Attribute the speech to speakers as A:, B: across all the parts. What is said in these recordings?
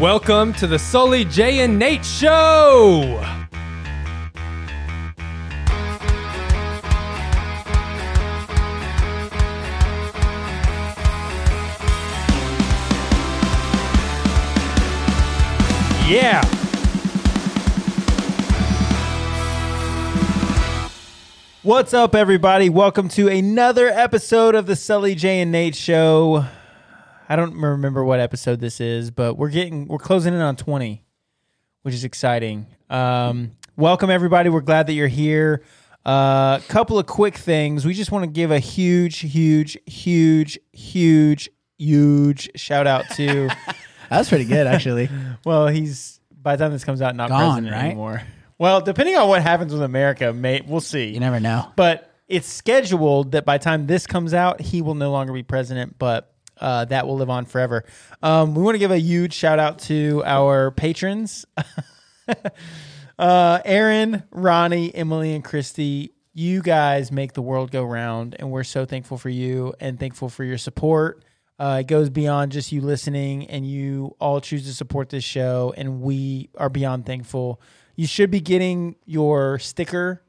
A: Welcome to the Sully Jay and Nate Show. Yeah.
B: What's up, everybody? Welcome to another episode of the Sully J and Nate Show. I don't remember what episode this is, but we're getting we're closing in on twenty, which is exciting. Um, welcome, everybody. We're glad that you're here. A uh, couple of quick things. We just want to give a huge, huge, huge, huge, huge shout out to.
C: That was pretty good, actually.
B: well, he's by the time this comes out, not
C: Gone,
B: president
C: right?
B: anymore. Well, depending on what happens with America, mate, we'll see.
C: you never know.
B: But it's scheduled that by the time this comes out, he will no longer be president, but uh, that will live on forever. Um, we want to give a huge shout out to our patrons uh, Aaron, Ronnie, Emily, and Christy. You guys make the world go round, and we're so thankful for you and thankful for your support. Uh, it goes beyond just you listening, and you all choose to support this show, and we are beyond thankful. You should be getting your sticker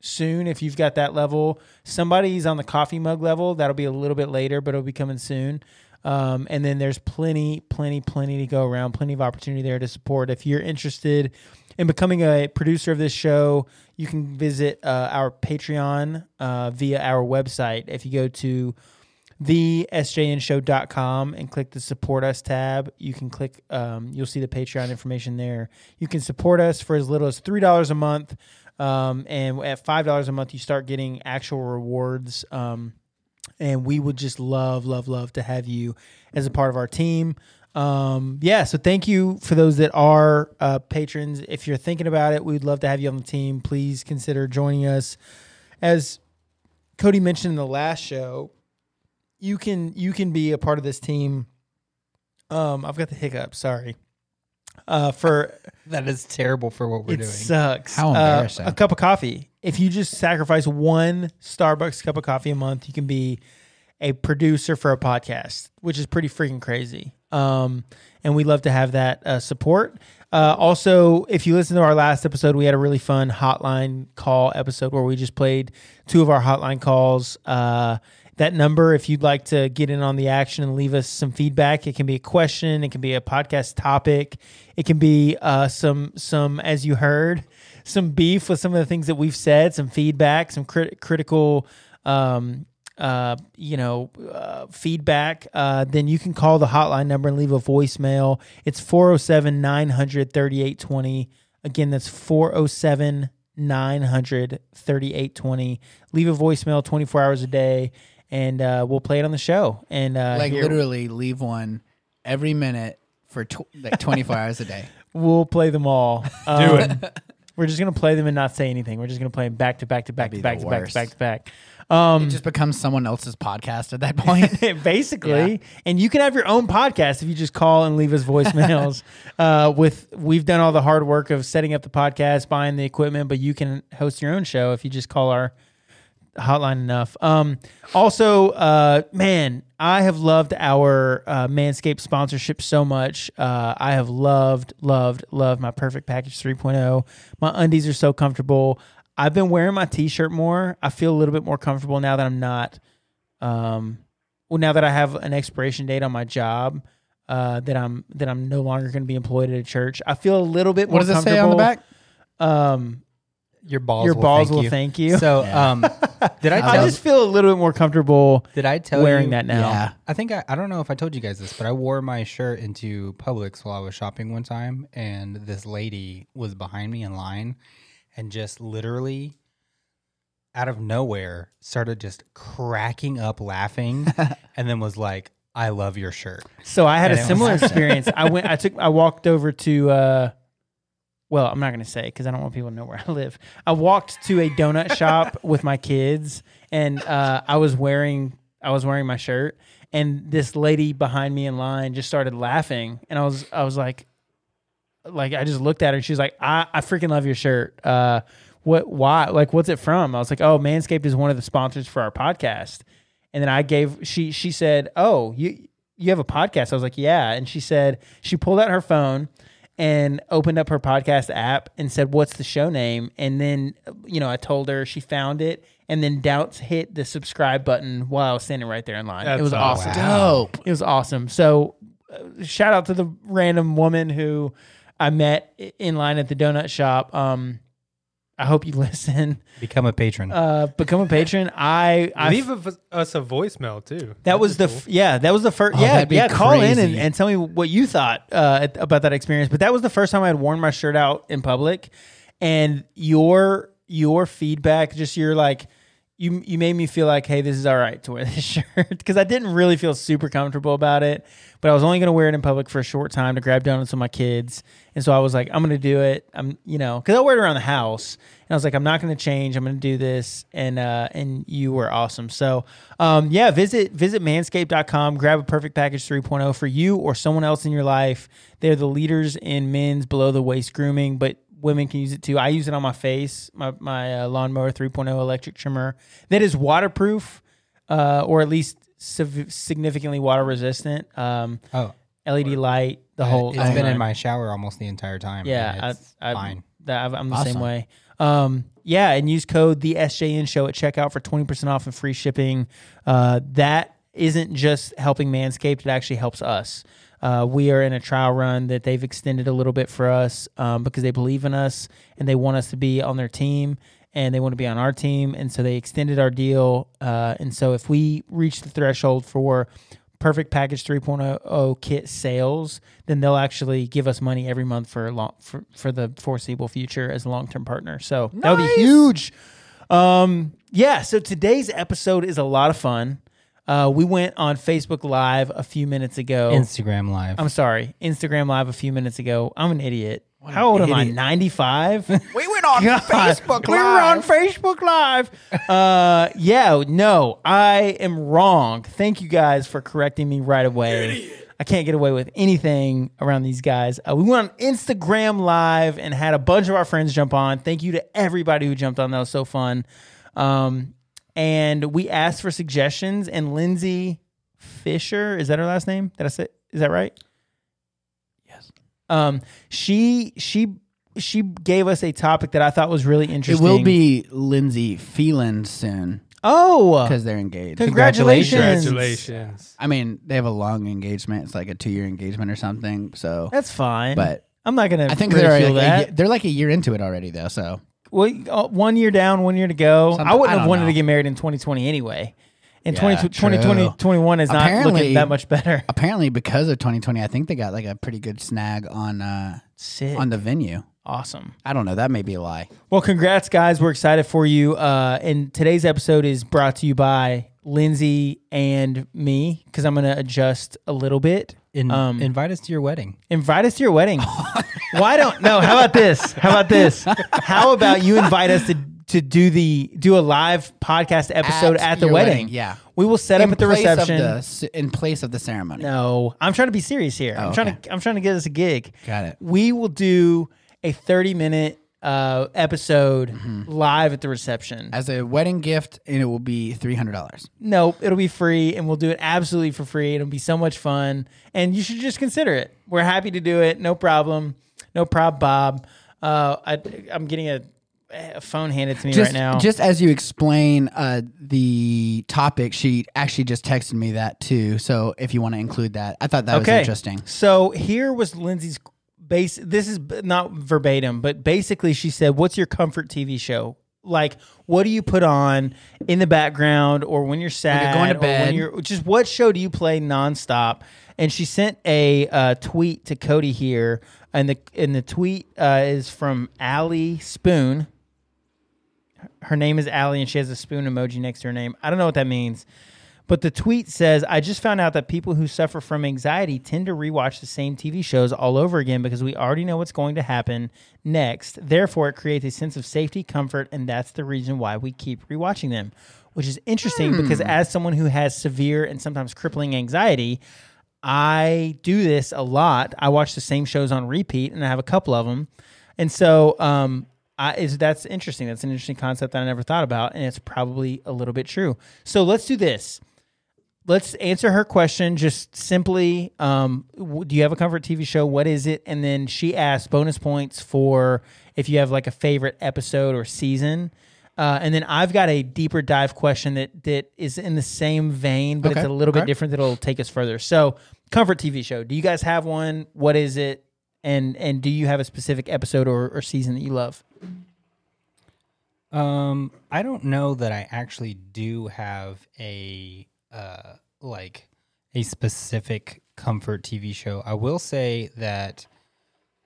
B: soon if you've got that level. Somebody's on the coffee mug level. That'll be a little bit later, but it'll be coming soon. Um, and then there's plenty, plenty, plenty to go around, plenty of opportunity there to support. If you're interested in becoming a producer of this show, you can visit uh, our Patreon uh, via our website. If you go to thesjnshow.com and click the support us tab you can click um, you'll see the patreon information there you can support us for as little as $3 a month um, and at $5 a month you start getting actual rewards um, and we would just love love love to have you as a part of our team um, yeah so thank you for those that are uh, patrons if you're thinking about it we'd love to have you on the team please consider joining us as cody mentioned in the last show you can you can be a part of this team um i've got the hiccup sorry uh for
C: That is terrible for what we're
B: it sucks.
C: How
B: Uh,
C: embarrassing.
B: a cup of coffee. If you just sacrifice one Starbucks cup of coffee a month, you can be a producer for a podcast, which is pretty freaking crazy. Um, and we love to have that uh, support. Uh, also, if you listen to our last episode, we had a really fun hotline call episode where we just played two of our hotline calls. Uh, that number, if you'd like to get in on the action and leave us some feedback, it can be a question, it can be a podcast topic, it can be uh, some some as you heard, some beef with some of the things that we've said, some feedback, some crit- critical um, uh, you know, uh, feedback, uh, then you can call the hotline number and leave a voicemail. It's 407 900 3820. Again, that's 407 900 3820. Leave a voicemail 24 hours a day and uh, we'll play it on the show. And uh,
C: like
B: here-
C: literally leave one every minute for tw- like 24 hours a day.
B: we'll play them all.
A: Do
B: Um, We're just going to play them and not say anything. We're just going to play them back to back to back to
C: That'd
B: back
C: be
B: to
C: the
B: back to
C: worst.
B: back to back. Um,
C: It just becomes someone else's podcast at that point.
B: basically and you can have your own podcast if you just call and leave us voicemails uh, with we've done all the hard work of setting up the podcast buying the equipment but you can host your own show if you just call our hotline enough um, also uh, man i have loved our uh, manscaped sponsorship so much uh, i have loved loved loved my perfect package 3.0 my undies are so comfortable i've been wearing my t-shirt more i feel a little bit more comfortable now that i'm not um, well now that I have an expiration date on my job uh, that I'm that I'm no longer going to be employed at a church, I feel a little bit
D: What
B: more
D: does it say on the
B: comfortable.
D: back?
B: Um,
D: Your balls.
B: your
D: will
B: balls
D: thank
B: will
D: you.
B: thank you.
D: So, um, did I
B: I
D: tell?
B: just feel a little bit more comfortable
D: did I tell
B: wearing
D: you-
B: that now.
C: Yeah.
D: I think I, I don't know if I told you guys this, but I wore my shirt into Publix while I was shopping one time, and this lady was behind me in line, and just literally, out of nowhere, started just cracking up laughing, and then was like, "I love your shirt."
B: So I had
D: And
B: a
D: it was-
B: similar experience. I went. I took. I walked over to. Uh, well, I'm not going to say because I don't want people to know where I live. I walked to a donut shop with my kids, and uh, I was wearing I was wearing my shirt, and this lady behind me in line just started laughing, and I was I was like, like I just looked at her. and She was like, I, I freaking love your shirt. Uh, what, why, like, what's it from? I was like, oh, Manscaped is one of the sponsors for our podcast. And then I gave, she, she said, oh, you, you have a podcast. I was like, yeah. And she said, she pulled out her phone and opened up her podcast app and said, what's the show name? And then, you know, I told her she found it. And then Doubts hit the subscribe button while I was standing right there in line.
A: That's
B: it was awesome.
A: awesome.
C: Dope.
B: It was awesome. So, uh, shout out to the random woman who I met i- in line at the donut shop. Um, I hope you listen.
D: Become a patron.
B: Uh, become a patron. I, I
A: Leave of- us a voicemail too.
B: that was the f- yeah. That was the first
C: Oh,
B: yeah
C: that'd be
B: yeah. Call in and,
C: crazy.
B: and tell me what you thought uh, at- about that experience. But that was the first time I had worn my shirt out in public, and your your feedback, just your like, you you made me feel like, hey, this is all right to wear this shirt because I didn't really feel super comfortable about it. But I was only going to wear it in public for a short time to grab donuts with my kids, and so I was like, I'm going to do it. I'm you know because I wear it around the house, and I was like, I'm not going to change. I'm going to do this, and uh, and you were awesome. So um, yeah, visit visit manscaped.com, grab a perfect package 3.0 for you or someone else in your life. They're the leaders in men's below the waist grooming, but women can use it too. I use it on my face, my, my uh, lawnmower 3.0 electric trimmer that is waterproof uh, or at least siv- significantly water resistant. Um,
D: oh,
B: LED light, the whole.
D: it's
B: the whole
D: been in
B: nine.
D: my shower almost the entire time. and
B: oh, Yeah,
D: it's
B: I, I,
D: fine.
B: That, I've- I'm the same
C: Awesome.
B: way. Um, yeah, and use code the SJN show at checkout for 20% off and free shipping. Uh, that isn't just helping Manscaped, it actually helps us. Uh, we are in a trial run that they've extended a little bit for us um, because they believe in us and they want us to be on their team and they want to be on our team. And so they extended our deal. Uh, and so if we reach the threshold for perfect package 3.0 kit sales then they'll actually give us money every month for long for, for the foreseeable future as a long-term partner so that would be huge um yeah so today's episode is a lot of fun uh we went on facebook live a few minutes ago
D: Instagram live.
B: Oh. i'm sorry instagram live a few minutes ago i'm an idiot how old am i 95
C: We went on Facebook
B: we were on Facebook Live. Uh, yeah, no, I am wrong. Thank you guys for correcting me right away. I can't get away with anything around these guys. Uh, we went on Instagram Live and had a bunch of our friends jump on. Thank you to everybody who jumped on. That was so fun. Um, and we asked for suggestions, and Lindsay Fisher is that her last name? Did I say? Is that right? Um, she she she gave us a topic that I thought was really
C: It
B: interesting.
C: will be Lindsay Phelan soon
B: Oh,
C: because they're engaged.
B: congratulations!
A: Congratulations.
C: I mean, they have a long engagement. It's like a two year engagement or something. So,
B: That's fine,
C: but
B: I'm not gonna.
C: I think
B: ridicule
C: they're like, a,
B: that.
C: ye- they're like a year into it already, though. So
B: well, uh, one year down, one year to go.
C: Something-
B: I wouldn't
C: I
B: have
C: don't
B: wanted to
C: know.
B: get married in 2020 anyway. And
C: Yeah,
B: 20,
C: true.
B: 2020 21 is not looking
C: Apparently-
B: that much better.
C: apparently, because of 2020, I think they got like a pretty good snag on uh,
B: Sick.
C: on the venue.
B: awesome.
C: I don't know. That may be a lie.
B: Well, congrats, guys. We're excited for you. Uh, and today's episode is brought to you by Lindsay and me because I'm going to adjust a little bit.
D: In,
B: um,
D: invite us to your wedding.
B: Invite us to your wedding. Why don't no? How about this? How about this? How about you invite us to to do the do a live podcast episode at,
C: At
B: the
C: your
B: wedding.
C: wedding, yeah.
B: we will set up at the
C: place of
B: reception.
C: the c- in place of the ceremony.
B: no, I'm trying to be serious here. I'm trying to I'm trying to get us a gig.
C: Oh, Got it.
B: We will do a 30 minute uh, episode
C: Mm-hmm.
B: live at the reception.
C: As a wedding gift, and it will be three hundred dollars.
B: Nope, it'll be free and we'll do it absolutely for free. It'll be so much fun. And you should just consider it. We're happy to do it. No problem. No prob, Bob. Uh, I, I'm getting a, a phone handed to me
C: Just
B: right now.
C: just as you explain uh, the topic, she actually just texted me that too. So if you want to include that, I thought that was interesting.
B: So here was Lindsay's base. This is b- not verbatim, but basically she said, "What's your comfort TV show? Like, what do you put on in the background, or when you're sad,
C: going to
B: or when
C: bed.
B: you're just what show do you play nonstop?" And she sent a uh, tweet to Cody here, and the and the tweet uh, is from Allie Spoon her name is Allie and she has a spoon emoji next to her name. I don't know what that means. But the tweet says, I just found out that people who suffer from anxiety tend to rewatch the same TV shows all over again because we already know what's going to happen next. Therefore, it creates a sense of safety, comfort, and that's the reason why we keep rewatching them, which is interesting because as someone who has severe and sometimes crippling anxiety, I do this a lot. I watch the same shows on repeat, and I have a couple of them. And so, um, I, is that's interesting. That's an interesting concept that I never thought about, and it's probably a little bit true. So let's do this. let's answer her question just simply. Um, w- do you have a comfort TV show? What is it? And then she asked bonus points for if you have like a favorite episode or season. Uh, and then I've got a deeper dive question that that is in the same vein, but it's a
C: Okay,
B: little bit
C: alright.
B: different. That'll take us further. So, comfort TV show. Do you guys have one? What is it? And and do you have a specific episode or, or season that you love?
D: Um, I don't know that I actually do have a uh like a specific comfort TV show. I will say that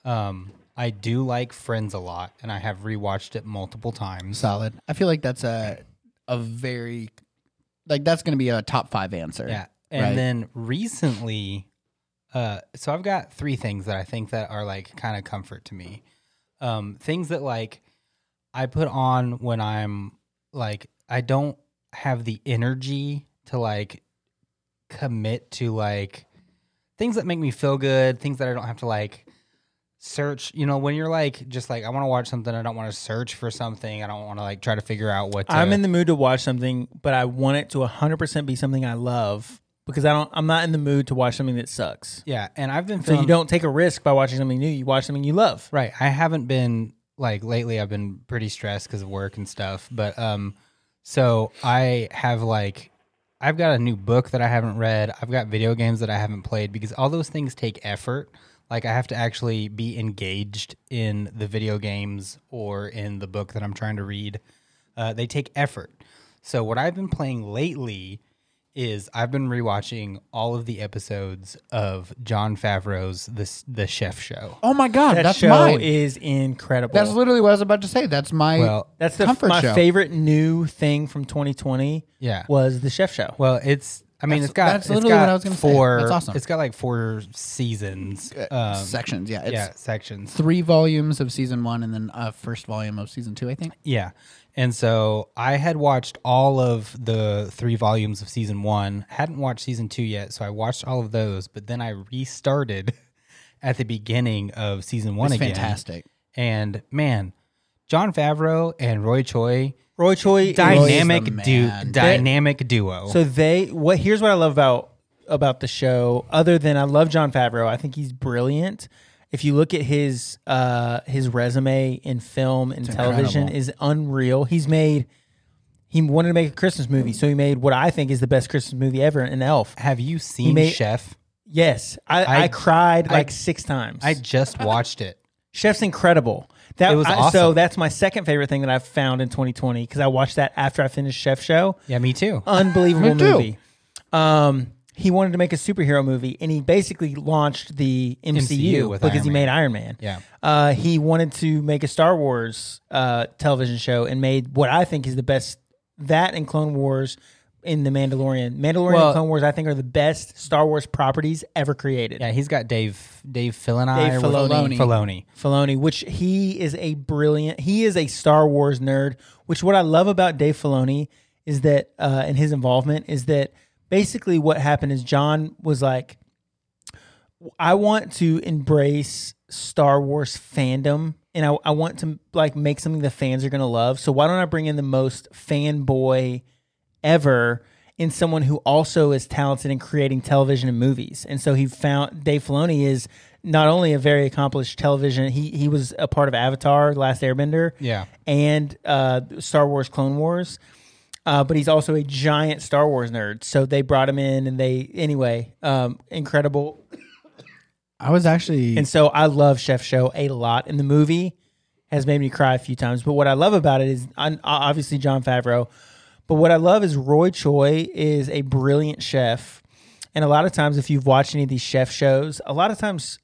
D: um I do like Friends a lot and I have rewatched it multiple times.
C: Solid. I feel like that's a a very like that's going to be a top five answer.
D: Yeah. And
C: Right.
D: then recently, uh, so I've got three things that I think that are like kind of comfort to me. Um, things that like I put on when I'm like, I don't have the energy to like commit to like things that make me feel good, things that I don't have to like search. You know, when you're like, just like, I want to watch something, I don't want to search for something, I don't want to like try to figure out what to,
B: I'm in the mood to watch something, but I want it to 100% be something I love because I don't. I'm not in the mood to watch something that sucks.
D: yeah. And I've been
B: So
C: Um,
D: feeling
B: you don't take a risk by watching something new. You watch something you love.
D: Right. I haven't been like lately I've been pretty stressed cuz of work and stuff, but um so I have like I've got a new book that I haven't read. I've got video games that I haven't played because all those things take effort. Like I have to actually be engaged in the video games or in the book that I'm trying to read. Uh, they take effort. So what I've been playing lately is I've been rewatching all of the episodes of John Favreau's the the Chef Show.
C: Oh my god,
B: That
C: that's
B: show
C: mine.
B: is incredible.
C: that's
B: That's,
C: literally what I was about to say. That's my
D: Well,
B: the
C: comfort
B: my
C: show.
B: favorite new thing from 2020.
D: Yeah.
B: was the Chef Show.
D: Well, it's. I mean,
C: That's-
D: it's got.
C: that's
D: it's
C: literally
D: got
C: what I was gonna say.
D: four,
C: That's awesome.
D: It's got like four seasons.
C: uh,
D: Um,
C: sections. Yeah, it's
D: yeah, sections.
C: three volumes of season one and then uh, first volume of season two. I think.
D: Yeah, and so I had watched all of the three volumes of season one. Hadn't watched season two yet, so I watched all of those. But then I restarted at the beginning of season one
C: It's
D: again.
C: fantastic.
D: And man, John Favreau and Roy Choi,
B: Roy Choi
D: dynamic du-
C: man.
D: dynamic duo.
B: So they what here's what I love about about the show. Other than I love John Favreau, I think he's brilliant. If you look at his uh, his resume in film and television,
C: incredible.
B: is unreal. He's made he wanted to make a Christmas movie, so he made what I think is the best Christmas movie ever, an Elf.
D: have you seen
B: made-
D: Chef?
B: Yes, I, I,
D: I-
B: cried like six times.
D: I just watched it.
B: Chef's incredible. That
D: It was
B: I- so
D: awesome.
B: that's my second favorite thing that I've found in 2020 because I watched that after I finished Chef Show
D: Yeah, me too.
C: Oh.
B: unbelievable
C: Me too.
B: movie. Um, he wanted to make a superhero movie, and he basically launched the MCU,
D: MCU with
B: because
D: Iron
B: he
D: Man.
B: made Iron Man.
D: Yeah.
B: uh, he wanted to make a Star Wars uh, television show and made what I think is the best that and Clone Wars in the Mandalorian. Mandalorian
D: Well-
B: and Clone Wars, I think, are the best Star Wars properties ever created.
D: Yeah, he's got Dave Dave Filoni.
B: Dave
D: with-
C: Filoni.
D: Filoni.
B: Filoni, which he is a brilliant, he is a Star Wars nerd. Which what I love about Dave Filoni is that, uh, and his involvement is that basically what happened is John was like, I want to embrace Star Wars fandom, and I, I want to like make something the fans are gonna love. So why don't I bring in the most fanboy ever? In someone who also is talented in creating television and movies, and so he found Dave Filoni is not only a very accomplished television. He he was a part of Avatar, Last Airbender,
D: Yeah.
B: and uh, Star Wars Clone Wars. Uh, but he's also a giant Star Wars nerd, so they brought him in, and they anyway, um, incredible.
C: I was actually
B: And so I love Chef Show a lot, and the movie has made me cry a few times. But what I love about it is un- obviously John Favreau, but what I love is Roy Choi is a brilliant chef, and a lot of times if you've watched any of these chef shows, a lot of times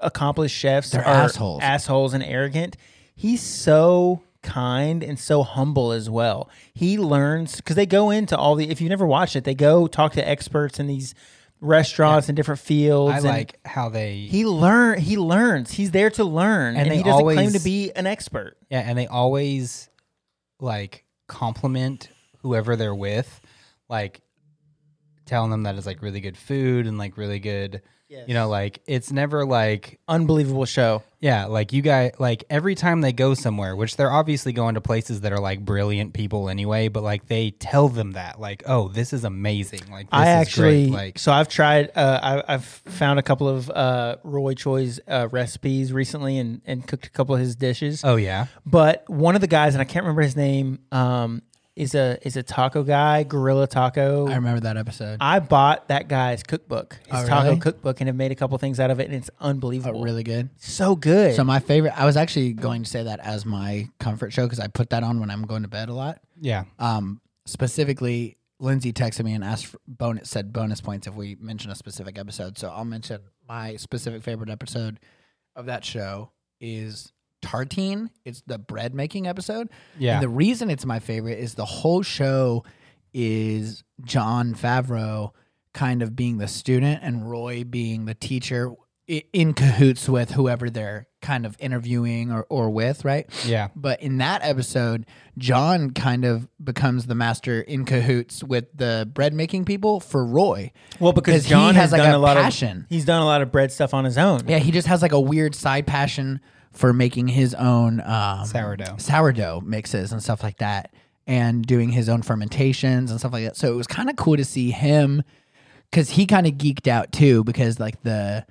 B: accomplished chefs
C: They're
B: are
C: assholes.
B: assholes and arrogant. He's so kind and so humble as well. He learns because they go into all the. If you never watched it, they go talk to experts in these restaurants and different fields.
D: I
B: and-
D: like how they.
B: he learn. He learns. He's there to learn, and,
D: And they
B: he doesn't claim
D: always-
B: to be an expert.
D: yeah, and they always like compliment whoever they're with, like telling them that it's like really good food and like really good
B: Yes.
D: You know, like it's never like
B: Unbelievable show.
D: yeah, like you guys like every time they go somewhere, which they're obviously going to places that are like brilliant people anyway, but like they tell them that like, oh, this is amazing. Like this
B: I
D: is
B: actually
D: great. like
B: so I've tried. Uh, I, I've found a couple of uh, Roy Choi's uh, recipes recently and and cooked a couple of his dishes.
D: oh yeah.
B: But one of the guys, and I can't remember his name, um, is a is a taco guy, Gorilla Taco.
C: I remember that episode.
B: I bought that guy's cookbook, his
C: Oh,
B: taco
C: really?
B: cookbook, and have made a couple things out of it, and it's unbelievable.
C: Oh, really good.
B: So good.
C: So my favorite. I was actually going to say that as my comfort show because I put that on when I'm going to bed a lot.
D: Yeah.
B: Uh,
C: Um, specifically, Lindsay texted me and asked for bonus said bonus points if we mention a specific episode. So I'll mention my specific favorite episode of that show is Tartine. It's the bread making episode.
D: Yeah.
C: And the reason it's my favorite is the whole show is John Favreau kind of being the student and Roy being the teacher i- in cahoots with whoever they're kind of interviewing or, or with, right?
D: yeah.
C: But in that episode, John kind of becomes the master in cahoots with the bread making people for Roy.
B: well, because
C: he
B: John has,
C: has, like,
B: done a,
C: a
B: lot
C: passion.
B: of he's done a lot of bread stuff on his own.
C: Yeah, he just has like a weird side passion for making his own um,
D: Sourdough.
C: sourdough mixes and stuff like that, and doing his own fermentations and stuff like that. So it was kind of cool to see him because he kind of geeked out too because like the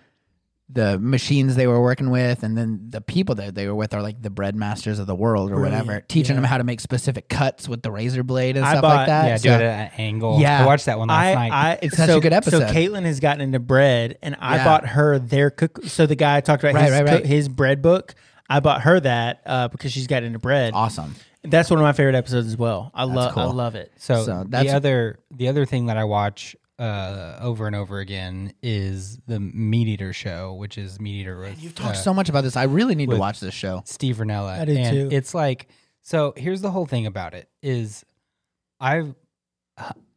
C: the machines they were working with and then the people that they were with are like the bread masters of the world or whatever teaching them how to make specific cuts with the razor blade and
B: I
C: stuff
B: bought-
C: like that
D: Yeah, do
C: Uh, So-
D: it at an angle.
C: Yeah.
D: I watched that one last
B: I,
D: night.
B: I
C: It's such a good
B: So
C: episode.
B: Caitlin has gotten into bread, and I
C: Yeah.
B: bought her their cook. So the guy I talked about
C: Right,
B: his,
C: right,
B: cook-
C: right.
B: his bread book. I bought her that uh, because she's got into bread.
C: awesome
B: That's one of my favorite episodes as well. I love I
C: cool.
B: love it.
D: So,
C: So
D: the
C: that's-
D: other the other thing that I watch uh, over and over again is the Meat Eater show, which is Meat Eater with
C: you've talked
D: uh,
C: so much about this i really need to watch this show
D: Steve Renella.
B: I do
D: and
B: too.
D: It's like so. Here's the whole thing about it is, I've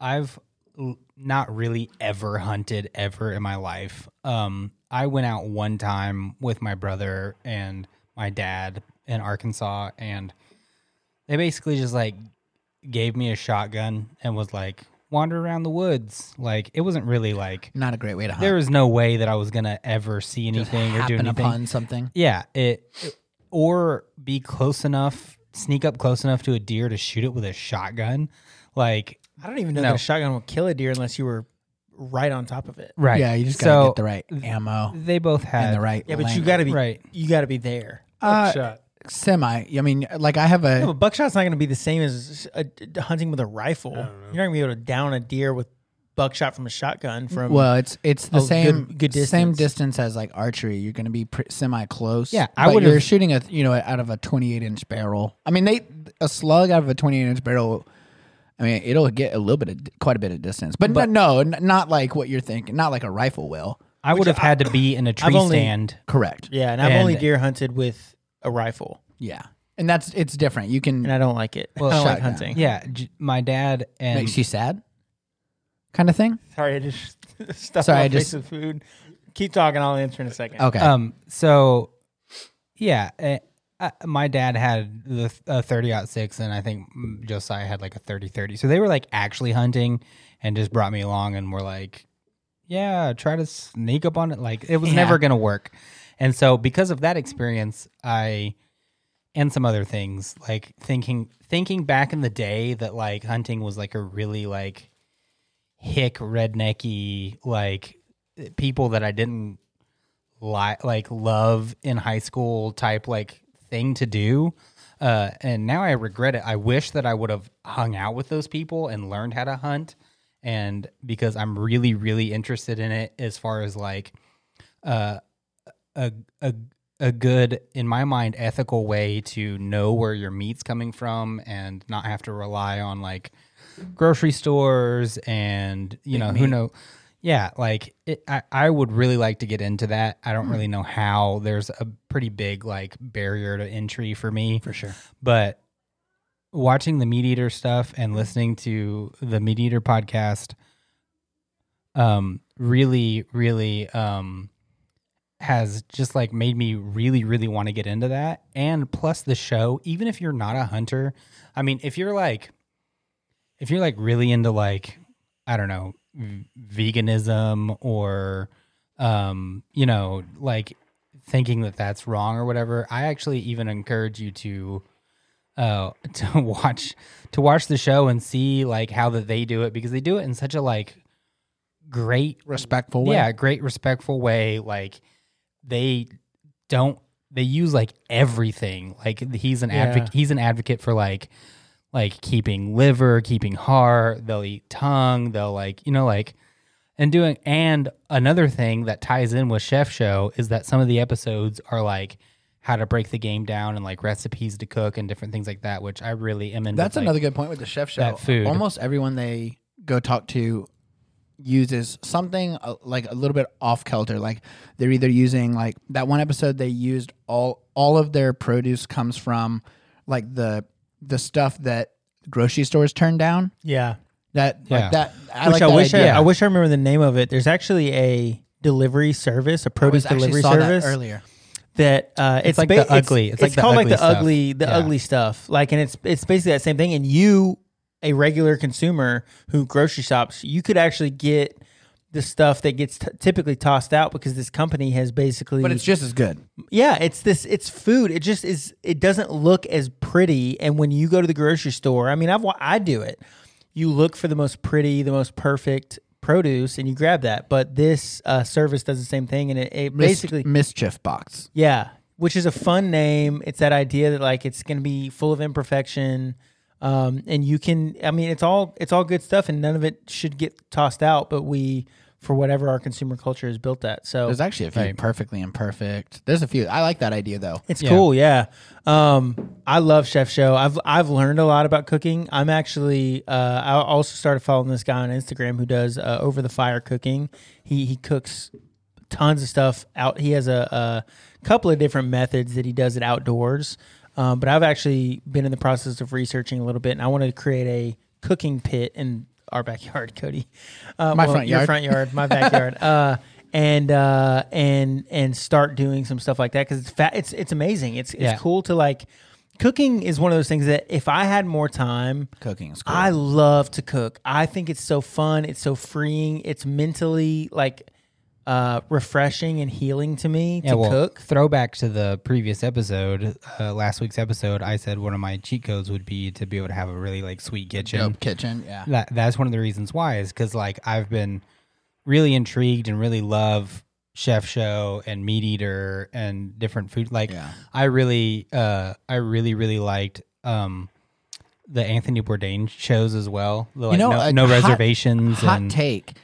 D: I've l- not really ever hunted ever in my life. Um, I went out one time with my brother and my dad in Arkansas, and they basically just like gave me a shotgun and was like wander around the woods. Like it wasn't really like
C: not a great way to hunt
D: there was no way that I was gonna ever see anything or do
C: happen
D: anything.
C: upon something
D: Yeah, it, it- or be close enough, sneak up close enough to a deer to shoot it with a shotgun, like
B: I don't even know
D: No.
B: that a shotgun will kill a deer unless you were right on top of it.
D: right.
C: Yeah, you just gotta
D: so
C: get the right ammo
D: They both had
C: and the right.
B: Yeah, but you
C: length.
B: got to be
D: Right.
B: You got to be there.
C: Uh,
B: Buckshot.
C: semi. I mean, like I have a
B: No, but buckshot's not going to be the same as uh d- hunting with a rifle. You're not going to be able to down a deer with buckshot from a shotgun. From
C: well, it's it's the
B: a
C: same
B: Oh, good- good
C: same
B: distance.
C: distance as like archery. You're gonna be pr- semi close.
D: Yeah, I
C: but
D: would've-
C: You're shooting a you know out of a 28 inch barrel. I mean, they a slug out of a 28 inch barrel. I mean, it'll get a little bit of quite a bit of distance, but, no, no, n- not like what you're thinking. Not like a rifle will.
D: I would have had to be in a tree
B: only-
D: stand.
C: Correct.
B: yeah, and I've
D: And-
B: only deer hunted with a rifle,
C: Yeah, and that's it's different. You can
B: and I don't like it. I don't like
C: shotgun.
B: hunting.
D: Yeah, j- my dad and
C: makes you sad, kind of thing.
B: Sorry, I just stuffed
C: Sorry,
B: my
C: I
B: face
C: just-
B: with food. Keep talking. I'll answer in a second.
C: Okay.
D: um. So, yeah, eh, uh, my dad had the uh, thirty out six, and I think mm, Josiah had like a 30-30. So they were like actually hunting, and just brought me along, and were like, "Yeah, try to sneak up on it." Like it was
C: Yeah.
D: never gonna work. And so, because of that experience, I and some other things like thinking thinking back in the day that like hunting was like a really like hick rednecky like people that I didn't li- like love in high school type like thing to do. Uh, and now I regret it. I wish that I would have hung out with those people and learned how to hunt. And because I'm really, really interested in it as far as like uh, a, a, a good, in my mind, ethical way to know where your meat's coming from and not have to rely on like grocery stores and, you know, who know. Yeah, like it, I, I would really like to get into that. I don't really know how. There's a pretty big like barrier to entry for me, for sure. But watching the meat eater stuff and listening to the meat eater podcast, um, really, really, um, has just like made me really, really want to get into that. And plus the show, even if you're not a hunter, I mean, if you're like, if you're like really into like I don't know v- veganism or um, you know, like thinking that that's wrong or whatever. I actually even encourage you to uh to watch to watch the show and see like how that they do it because they do it in such a like great
C: Respectful way.
D: yeah, great respectful way. Like they don't they use like everything. Like he's an advocate. He's an advocate for like like keeping liver, keeping heart. They'll eat tongue. They'll like you know like and doing and another thing that ties in with Chef Show is that some of the episodes are like how to break the game down and like recipes to cook and different things like that, which I really am in.
C: That's
D: with, like-
C: another good point with the chef show.
D: that food.
C: Almost everyone they go talk to uses something uh, like a little bit off kilter. Like they're either using like that one episode they used all all of their produce comes from like the the stuff that grocery stores turn down.
B: Yeah.
C: That
D: Yeah.
C: like that. I
B: Which
C: like
B: I
C: that
B: wish I,
C: idea.
B: I wish I remember the name of it. There's actually a delivery service, a
C: I was-
B: produce
C: actually
B: delivery
C: saw
B: service
C: that earlier.
B: that uh, it's,
D: like the ugly- it's
B: It's,
D: like the
B: called
D: ugly
B: like the
D: stuff.
B: ugly, the
D: Yeah.
B: ugly stuff. Like, and it's it's basically that same thing. And you, a regular consumer who grocery shops, you could actually get the stuff that gets t- typically tossed out because this company has basically.
C: But it's just as good.
B: yeah, it's this. It's food. It just is. It doesn't look as pretty. And when you go to the grocery store, I mean, I've wa- I do it. You look for the most pretty, the most perfect produce, and you grab that. But this uh, service does the same thing, and it, it
C: Mis-
B: basically
C: mischief box.
B: yeah, which is a fun name. It's that idea that like it's going to be full of imperfection, um, and you can. I mean, it's all it's all good stuff, and none of it should get tossed out. But we, for whatever our consumer culture is built at, so
C: There's actually a few
D: Right.
C: perfectly imperfect. There's a few. I like that idea though.
B: it's
D: Yeah.
B: cool. Yeah, um, I love Chef Show. I've I've learned a lot about cooking. I'm actually uh, I also started following this guy on Instagram who does uh, over the fire cooking. He he cooks tons of stuff out. He has a, a couple of different methods that he does it outdoors. Um, but I've actually been in the process of researching a little bit, and I want to create a cooking pit in our backyard, Cody. Uh,
C: My front
B: your
C: yard.
B: front yard, my backyard. uh, and uh, and and start doing some stuff like that because it's fat. It's it's amazing. It's it's
D: Yeah.
B: cool to like. Cooking is one of those things that if I had more time,
C: Cooking is cool.
B: I love to cook. I think it's so fun. It's so freeing. It's mentally like uh, refreshing and healing to me to cook.
D: Throwback to the previous episode, uh, last week's episode, I said one of my cheat codes would be to be able to have a really like sweet kitchen.
C: Dope kitchen. Yeah.
D: That that's one of the reasons why is because like I've been really intrigued and really love Chef Show and Meat Eater and different food. Like
C: Yeah.
D: I really, uh, I really really liked um the Anthony Bourdain shows as well. The, like,
C: know,
D: no,
C: a
D: no
C: hot-
D: reservations.
C: Hot
D: and,
C: take.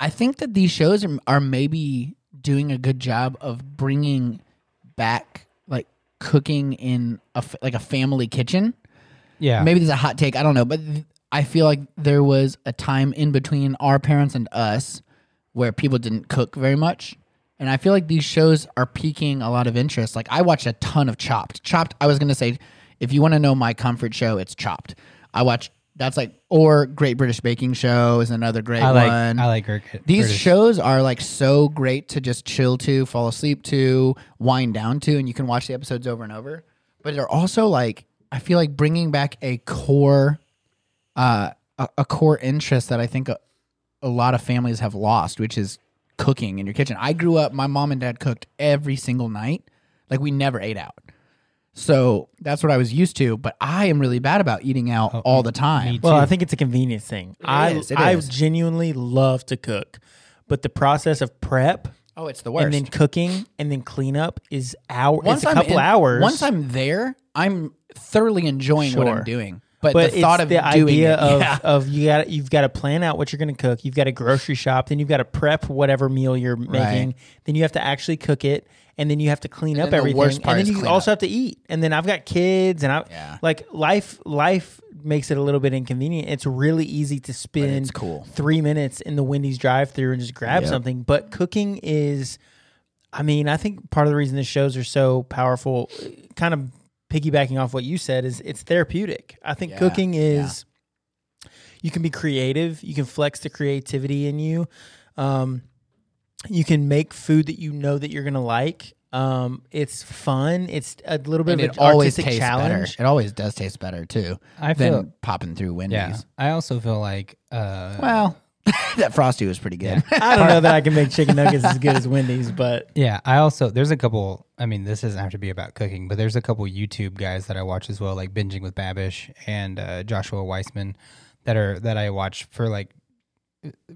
C: I think that these shows are, are maybe doing a good job of bringing back like cooking in a f- like a family kitchen.
D: yeah,
C: Maybe there's a hot take. I don't know, but th- I feel like there was a time in between our parents and us where people didn't cook very much. And I feel like these shows are piquing a lot of interest. Like I watched a ton of Chopped. Chopped, I was going to say if you want to know my comfort show, it's Chopped. I watch that's like or Great British Baking Show is another great
D: I like
C: one.
D: I like Gurkha-
C: These
D: British-
C: shows are like so great to just chill to, fall asleep to, wind down to, and you can watch the episodes over and over. But they're also like, I feel like bringing back a core, uh, a, a core interest that I think a, a lot of families have lost, which is cooking in your kitchen. I grew up, my mom and dad cooked every single night. Like we never ate out. So that's what I was used to, but I am really bad about eating out
B: Oh,
C: all the time.
B: Well, I think it's a convenience thing. I
C: is, it
B: I
C: is.
B: genuinely love to cook, but the process of prep
C: Oh, it's the worst.
B: and then cooking and then cleanup is hour. it's a
C: I'm
B: couple
C: in-
B: hours.
C: Once I'm there, I'm thoroughly enjoying what
B: Sure.
C: I'm doing. But,
B: but
C: the thought
B: it's
C: of
B: the
C: doing
B: idea
C: it,
B: of,
C: yeah.
B: of you got you've got to plan out what you're going to cook. You've got to grocery shop, then you've got to prep whatever meal you're making. Then you have to actually cook it, and then you have to clean up
C: then the
B: everything,
C: worst part
B: and
C: is
B: then you
C: clean
B: also have to eat. And then I've got kids, and I
C: Yeah.
B: like life. Life makes it a little bit inconvenient. It's really easy to spend
C: cool.
B: three minutes in the Wendy's drive-through and just grab something, but cooking is. I mean, I think part of the reason the shows are so powerful, kind of piggybacking off what you said, is it's therapeutic. I think
C: Yeah,
B: cooking is you can be creative, you can flex the creativity in you, um, you can make food that you know that you're gonna like. Um, it's fun. It's a little bit
C: and
B: of
C: it
B: an
C: always
B: artistic
C: tastes
B: challenge.
C: better. It always does taste better too
D: I
C: than
D: feel-
C: popping through Wendy's.
D: yeah. I also feel like uh,
C: Well, that frosty was pretty good.
B: I don't know that I can make chicken nuggets as good as Wendy's, but
D: Yeah, I also there's a couple. I mean, this doesn't have to be about cooking, but there's a couple YouTube guys that I watch as well, like binging with Babish and uh, Joshua Weissman, that are that I watch for like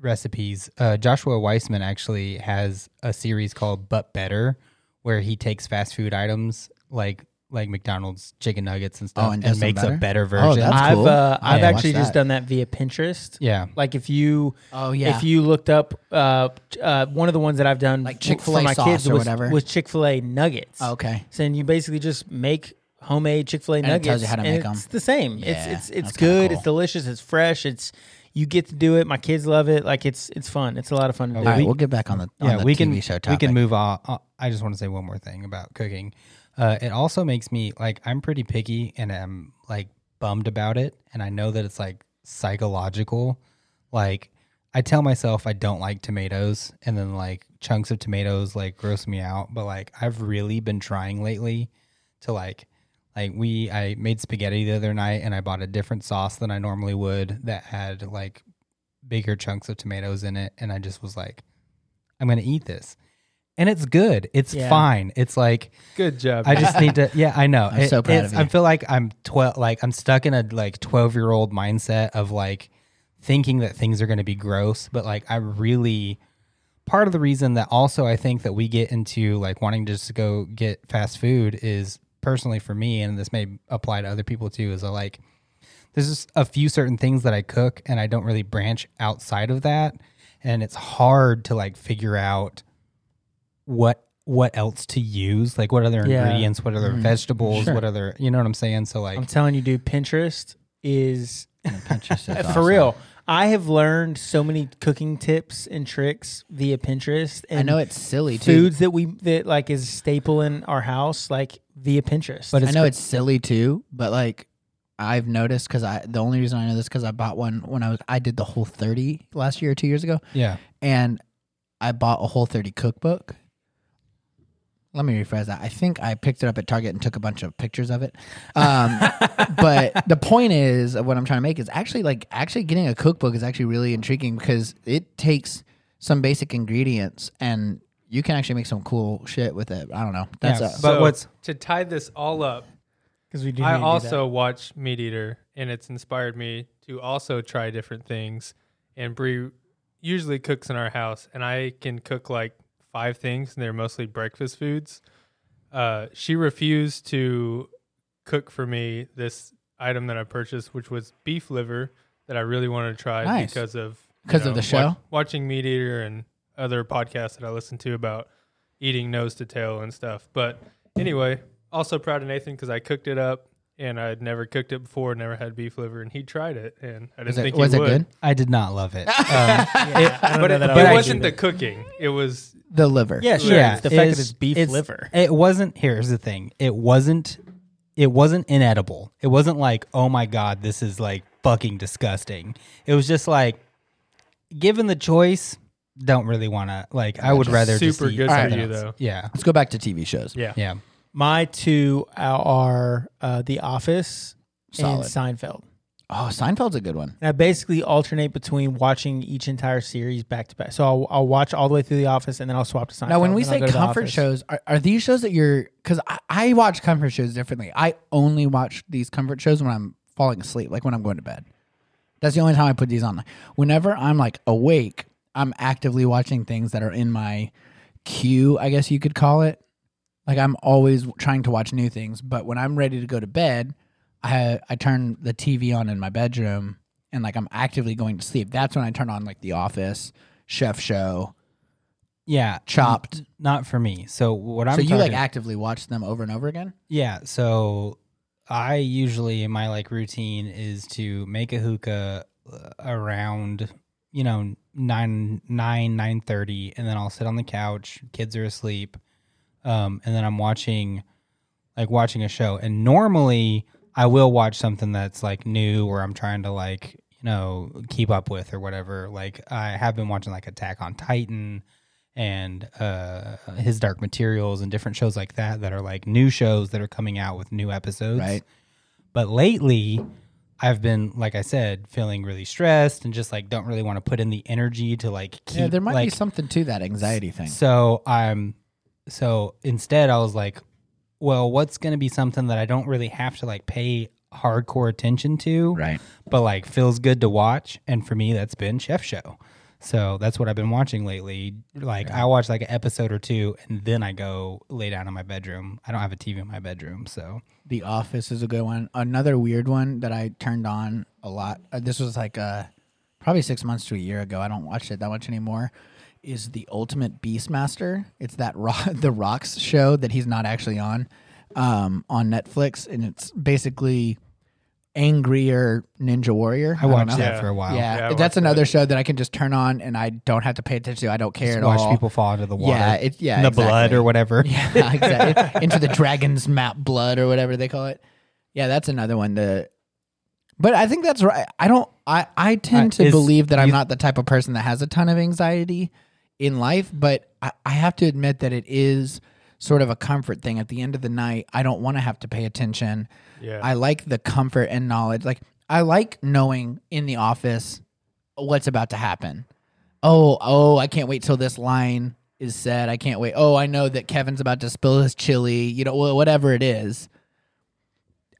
D: recipes. Uh, Joshua Weissman actually has a series called But Better, where he takes fast food items like like McDonald's chicken nuggets and stuff
C: Oh, and
D: and,
C: does them
D: makes
C: better?
D: a better
C: Oh,
D: version.
C: that's-
B: I've
C: cool.
B: uh,
C: I
B: I've
C: watched
B: actually just
C: that.
B: done that via Pinterest.
D: yeah,
B: Like if you
C: Oh, yeah.
B: if you looked up uh, ch- uh, one of the ones that I've done
C: Like
B: w-
C: Chick-fil-A
B: for my
C: sauce
B: kids
C: or
B: was,
C: whatever. Oh,
B: was Chick Fil A nuggets.
C: okay.
B: So then you basically just make homemade Chick Fil A
C: it
B: nuggets.
C: tells you how to
B: and
C: make 'em.
B: It's the same.
C: Yeah,
B: it's it's
C: that's
B: it's
C: kinda
B: good.
C: cool.
B: It's delicious. It's fresh. It's you get to do it. My kids love it. Like it's it's fun. It's a lot of fun to
C: All
B: do.
C: right,
B: We-
C: we'll get back on the, on the
D: we
C: TV
D: can
C: show topic.
D: we can move on. Uh, I just want to say one more thing about cooking. Uh, it also makes me like I'm pretty picky and I'm like bummed about it, and I know that it's like psychological. Like I tell myself I don't like tomatoes, and then like chunks of tomatoes like gross me out. But like I've really been trying lately to like like we I made spaghetti the other night, and I bought a different sauce than I normally would that had like bigger chunks of tomatoes in it, and I just was like. I'm gonna eat this. And it's good. It's
B: Yeah.
D: fine. It's like
A: Good job.
D: I just need to. Yeah, I know.
C: I'm so proud
D: it's-
C: of
D: I
C: you.
D: feel like I'm twelve. Like I'm stuck in a like twelve year old mindset of like thinking that things are going to be gross. But like I really, part of the reason that also I think that we get into like wanting to just go get fast food is personally for me, and this may apply to other people too. Is I like there's just a few certain things that I cook, and I don't really branch outside of that, and it's hard to like figure out what what else to use like what other
B: Yeah. Mm-hmm.
D: ingredients what other vegetables what other you know what i'm saying so like
B: I'm telling you, dude. Pinterest is
C: Pinterest is
B: for
C: awesome.
B: real. I have learned so many cooking tips and tricks via Pinterest. And
C: I know it's silly too.
B: foods that we that like is staple in our house, like via Pinterest.
D: But
C: I know it's silly too, but like I've noticed because I the only reason I know this because I bought one when I was I did the whole thirty last year or two years ago,
D: yeah
C: and I bought a whole thirty cookbook. Let me rephrase that. I think I picked it up at Target and took a bunch of pictures of it. Um, but the point is of what I'm trying to make is actually like actually getting a cookbook is actually really intriguing because it takes some basic ingredients and you can actually make some cool shit with it. I don't know. That's
D: Yeah,
C: a,
D: but what's-
A: to tie this all up?
B: because we do.
A: I
B: need to do
A: also watch Meat Eater, and it's inspired me to also try different things. And Brie usually cooks in our house, and I can cook like five things, and they're mostly breakfast foods. Uh, she refused to cook for me this item that I purchased, which was beef liver that I really wanted to try
C: Nice.
A: because of you
C: Because of the show?
A: watching Meat Eater and other podcasts that I listen to about eating nose to tail and stuff. But anyway, also proud of Nathan because I cooked it up and I'd never cooked it before, never had beef liver, and he tried it and I didn't
C: was it,
A: think
C: was
A: he
C: it
A: would.
C: good?
D: i did not love it
B: I don't
A: But
B: know
A: it,
B: that I
A: but it
B: like
A: wasn't
B: either.
A: the cooking. It was
C: The liver.
B: yeah, sure.
D: yeah
B: it's the fact
D: it's-
B: that it's beef liver.
D: it wasn't here's the thing it wasn't it wasn't inedible it wasn't like oh my god this is like fucking disgusting it was just like given the choice don't really want to like i would rather just
A: super
D: eat
A: good
D: something
A: for you
D: else.
A: though.
D: yeah
C: Let's go back to TV shows.
A: Yeah.
D: yeah
B: My two are uh, The Office
C: Solid.
B: and Seinfeld.
C: Oh, Seinfeld's a good one.
B: And I basically alternate between watching each entire series back to back. So I'll, I'll watch all the way through The Office and then I'll swap to Seinfeld.
C: Now, when we
B: then I'll
C: say
B: go to The
C: comfort
B: Office.
C: shows, are, are these shows that you're? Because I, I watch comfort shows differently. I only watch these comfort shows when I'm falling asleep, like when I'm going to bed. That's the only time I put these on. Whenever I'm like awake, I'm actively watching things that are in my queue, I guess you could call it. Like I'm always trying to watch new things, but when I'm ready to go to bed, I I turn the TV on in my bedroom and like I'm actively going to sleep. That's when I turn on like The Office, Chef Show,
D: yeah
C: Chopped.
D: not for me so what i'm
C: so you like
D: talking-
C: actively watch them over and over again?
D: Yeah. So I usually my like routine is to make a hookah uh, around you know nine nine nine thirty, and then I'll sit on the couch. Kids are asleep, um, and then I'm watching like watching a show. And normally I will watch something that's like new or I'm trying to like you know keep up with or whatever. Like I have been watching like Attack on Titan and uh, His Dark Materials and different shows like that that are like new shows that are coming out with new episodes.
C: Right.
D: But lately, I've been, like I said, feeling really stressed and just like don't really want to put in the energy to like keep.
C: yeah, there might be
D: like-
C: something to that anxiety thing.
D: So I'm, so instead I was like, well, what's going to be something that I don't really have to like pay hardcore attention to,
C: Right.
D: but like feels good to watch. And for me, that's been Chef Show. So that's what I've been watching lately. Like I watch like an episode or two, and then I go lay down in my bedroom. I don't have a TV in my bedroom, so
C: The Office is a good one. Another weird one that I turned on a lot. Uh, this was like uh, probably six months to a year ago. I don't watch it that much anymore. Is the Ultimate Beastmaster? It's that rock, the Rocks show that he's not actually on, um, on Netflix, and it's basically angrier Ninja Warrior.
D: I
C: don't
D: watched
C: know.
D: that
A: Yeah.
D: for a while.
C: Yeah,
A: Yeah, I watched
C: that's another show that I can just turn on and I don't have to pay attention to. I don't care
D: Just
C: at
D: watch
C: all.
D: people fall into the water,
C: Yeah, it, yeah,
D: in the blood
C: exactly.
D: or whatever.
C: Yeah, exactly. Into the dragon's map blood or whatever they call it. Yeah, that's another one. The but I think that's right. I don't. I I tend
D: Uh,
C: to
D: is-
C: believe that I'm
D: you-
C: not the type of person that has a ton of anxiety in life, but I, I have to admit that it is sort of a comfort thing. At the end of the night, I don't want to have to pay attention.
A: Yeah.
C: I like the comfort and knowledge. Like I like knowing in the office what's about to happen. Oh, oh, I can't wait till this line is said. I can't wait. Oh, I know that Kevin's about to spill his chili. You know, wh- whatever it is.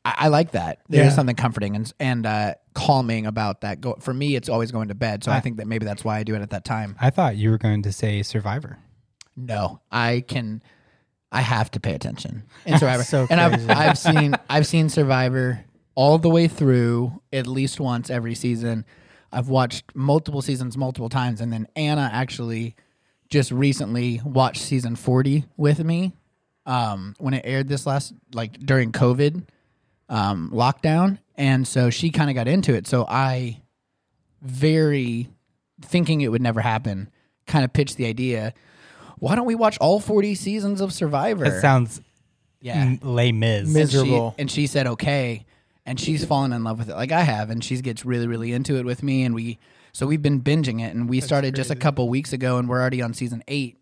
C: I, I like that. There's
B: Yeah.
C: something comforting and and uh, calming about that. Go, for me, it's always going to bed. So I, think that maybe that's why I do it at that time.
D: I thought you were going to say Survivor.
C: No, I can. I have to pay attention in Survivor,
B: So
C: and I've
B: crazy.
C: I've seen I've seen Survivor all the way through at least once every season. I've watched multiple seasons multiple times, and then Anna actually just recently watched season forty with me um, when it aired this last like during COVID um, lockdown, and so she kind of got into it. So I very thinking it would never happen, kind of pitched the idea. Why don't we watch all 40 seasons of Survivor?
D: That sounds
C: yeah.
D: lay Miz.
B: Miz-
C: And she-
B: miserable.
C: And she, said, okay. And she's fallen in love with it like I have. And she gets really, really into it with me. And we, so we've been binging it. And we started just a couple weeks ago and we're already on season eight.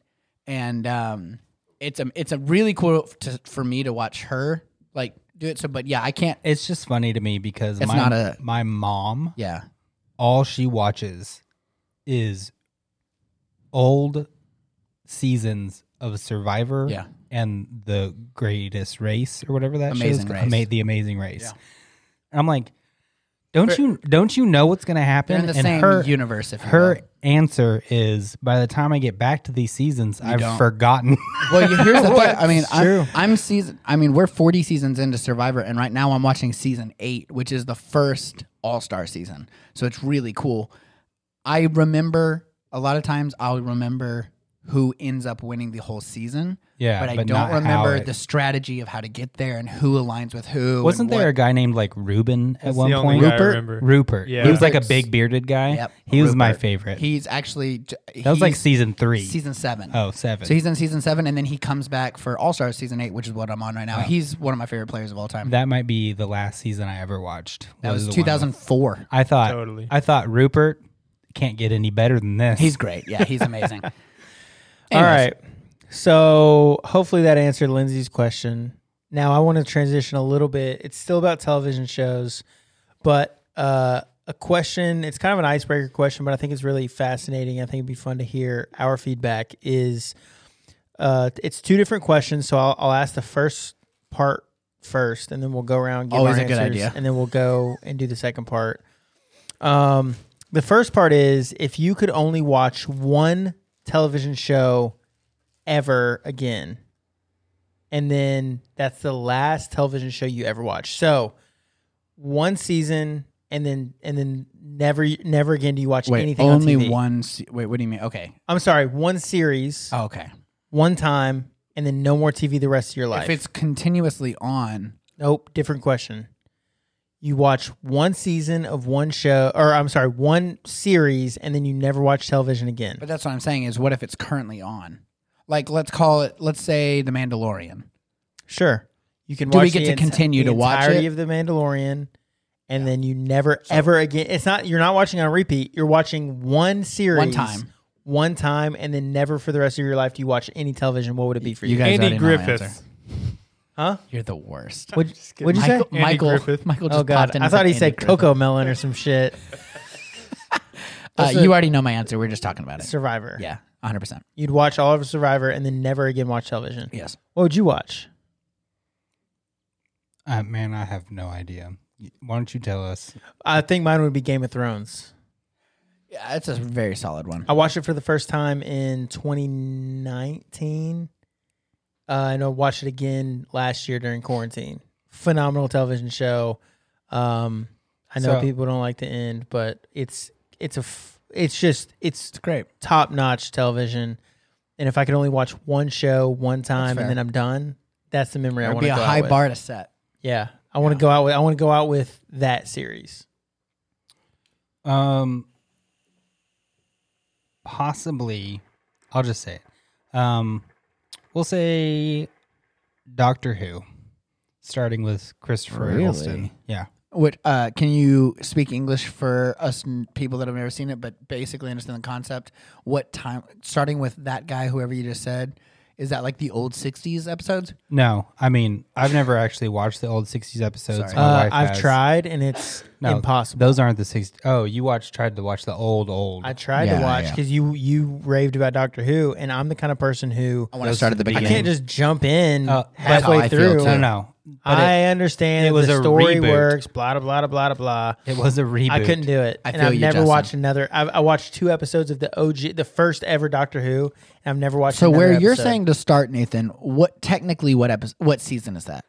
C: And um, it's a, it's a really cool to, for me to watch her like do it. So, but yeah, I can't.
D: It's just funny to me because
C: It's
D: my,
C: not a-
D: my mom,
C: Yeah.
D: all she watches is old seasons of Survivor
C: Yeah.
D: and the greatest race or whatever that show's
C: Amazing
D: ca-
C: Race.
D: Ama- the amazing race.
C: Yeah.
D: And I'm like, don't you don't you know what's gonna
C: They're
D: happen?
C: in the
D: and
C: same
D: her
C: universe. If you
D: her
C: will.
D: answer is by the time I get back to these seasons, I've
C: don't.
D: forgotten.
C: Well, you- here's the thing. I mean,
D: True.
C: I'm, I'm season. I mean, we're 40 seasons into Survivor, and right now I'm watching season eight, which is the first All Star season. So it's really cool. I remember a lot of times I'll remember who ends up winning the whole season,
D: yeah,
C: but I
D: not
C: don't
D: how
C: remember
D: it-
C: the strategy of how to get there and who aligns with who.
D: Wasn't
C: and what-
D: there a guy named like Ruben at
A: That's
D: one
A: the only
D: point?
A: guy I Rupert? remember.
D: Rupert.
A: Yeah.
D: He was like a
C: Rupert's-
D: big bearded guy.
C: Yep,
D: He was my
C: Rupert.
D: favorite.
C: He's actually. j-
D: that was like
C: he's
D: season three.
C: season seven.
D: oh, seven.
C: So he's in season seven, and then he comes back for All Star season eight, which is what I'm on right now. He's one of my favorite players of all time. That,
D: that might be the last season I ever watched.
C: was
D: the one with-
C: 2004.
D: I thought.
A: Totally.
D: I thought Rupert can't get any better than this.
C: He's great. Yeah, he's amazing.
B: All right. So hopefully that answered Lindsay's question. Now I want to transition a little bit. It's still about television shows, but uh, a question. It's kind of an icebreaker question, but I think it's really fascinating. I think it'd be fun to hear our feedback. Is uh, it's two different questions, so I'll, I'll ask the first part first, and then we'll go around. Give
C: Always
B: our
C: a good
B: answers,
C: idea.
B: And then we'll go and do the second part. Um, the first part is if you could only watch one television show ever again. And then that's the last television show you ever watch. So one season and then and then never never again do you watch
C: Wait,
B: anything
C: only
B: on TV.
C: one. Se- wait, what do you mean? Okay.
B: I'm sorry, one series,
C: Oh, okay.
B: one time, and then no more TV the rest of your life.
C: If it's continuously on,
B: Nope, different question. You watch one season of one show, or I'm sorry, one series, and then you never watch television again.
C: but that's what I'm saying is what if it's currently on? Like, let's call it, let's say The Mandalorian.
B: Sure, you can.
C: Do we
B: watch
C: get
B: the
C: to
B: enti-
C: continue
B: the
C: to watch
B: entirety
C: it?
B: of the Mandalorian, and then you never ever again? It's not you're not watching on repeat. You're watching one series,
C: time.
B: one time, and then never for the rest of your life do you watch any television. What would it be for you?
C: You guys
A: Andy
C: already know my
A: Griffith.
C: answer.
B: Huh?
C: You're the worst.
B: What'd,
A: kidding.
B: what'd you
C: Michael,
B: say?
C: Michael,
A: Griffith.
C: Michael just
B: Oh
C: popped
B: god,
C: in.
B: I
C: and
B: thought he
C: Andy
B: said
C: Griffith.
B: cocoa melon or some shit.
C: Uh,
B: Listen.
C: you already know my answer. We are just talking about it.
B: Survivor.
C: Yeah, 100. percent
B: You'd watch all of Survivor and then never again watch television.
C: Yes.
B: What would you watch?
D: Uh, man, I have no idea. Why don't you tell us?
B: I think mine would be Game of Thrones.
C: Yeah, it's a very solid one.
B: I watched it for the first time in 2019. Uh, and I watched it again last year during quarantine. Phenomenal television show. Um, I know
D: So-
B: people don't like the end, but it's it's a f- it's just it's
C: It's great.
B: top notch television. And if I could only watch one show one time
C: fair.
B: and then I'm done, that's the memory I
C: It'd
B: want
C: be
B: to
C: a
B: go
C: high
B: out with.
C: bar to set.
B: Yeah, I want to go out with I want to go out with that series.
D: Um, possibly, I'll just say it. Um, we'll say Doctor Who, starting with Christopher
C: Really?
D: Eccleston. Yeah.
C: What uh, can you speak English for us n- people that have never seen it, but basically understand the concept? What time, starting with that guy, whoever you just said, is that like the old '60s episodes?
D: No, I mean I've never actually watched the old '60s episodes.
C: Sorry.
D: My
B: Uh,
D: wife
B: I've
D: has.
B: tried and it's
D: No,
B: impossible.
D: Those aren't the '60s. Oh, you watched tried to watch the old old.
B: I tried
C: Yeah,
B: to watch
C: yeah.
B: because you you raved about Doctor Who, and I'm the kind of person who
C: I want to start at the
B: I
C: beginning.
B: can't just jump in
D: Uh, that's
C: how
B: halfway
C: I feel,
B: through.
D: no,
C: too.
D: no, no. But
B: I understand
D: it
B: it
D: was
B: was the
D: a
B: story
D: reboot.
B: works. Blah blah blah blah blah blah.
D: it, it was a reboot.
B: I couldn't do it,
C: I
B: and
C: feel
B: I've
C: you,
B: never
C: Justin.
B: watched another. I've, I watched two episodes of the OG, the first ever Doctor Who, and I've never watched.
C: so
B: another
C: where you're
B: episode.
C: saying to start, Nathan? What technically what episode? What season is that?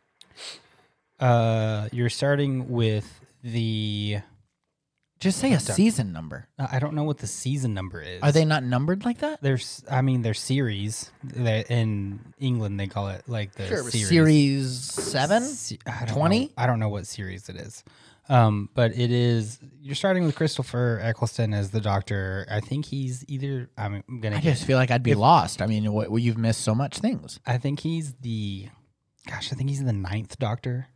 D: Uh, you're starting with the.
C: Just say a season number.
D: uh, I don't know what the season number is.
C: Are they not numbered like that?
D: There's, I mean, there's series. They- in England, they call it like the
C: Sure, it was
D: series.
C: series seven.
D: Se- I don't know.
C: 20?
D: I don't know what series it is. Um, but it is. You're starting with Christopher Eccleston as the Doctor. I think he's either. I'm gonna.
C: I
D: get-
C: just feel like I'd be lost. I mean, what, you've missed so much things.
D: I think he's the. Gosh, I think he's the ninth Doctor.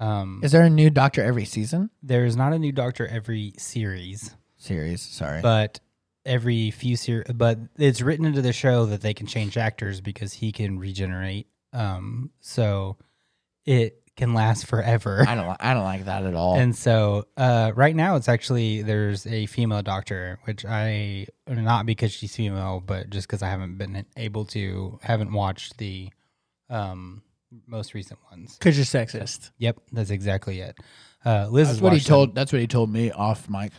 D: Um,
C: Is there a new Doctor every season?
D: there is not a new Doctor every series.
C: Series, sorry.
D: but every few series, but it's written into the show that they can change actors because he can regenerate. Um, so it can last forever.
C: I don't. li- I don't like that at all.
D: And so, uh, right now it's actually there's a female doctor, which I not because she's female, but just because I haven't been able to, haven't watched the um most recent ones.
B: because you're sexist.
D: Yep, that's exactly it. Uh, Liz
C: that's
D: has
C: what he
D: watched them.
C: told. That's what he told me off mic.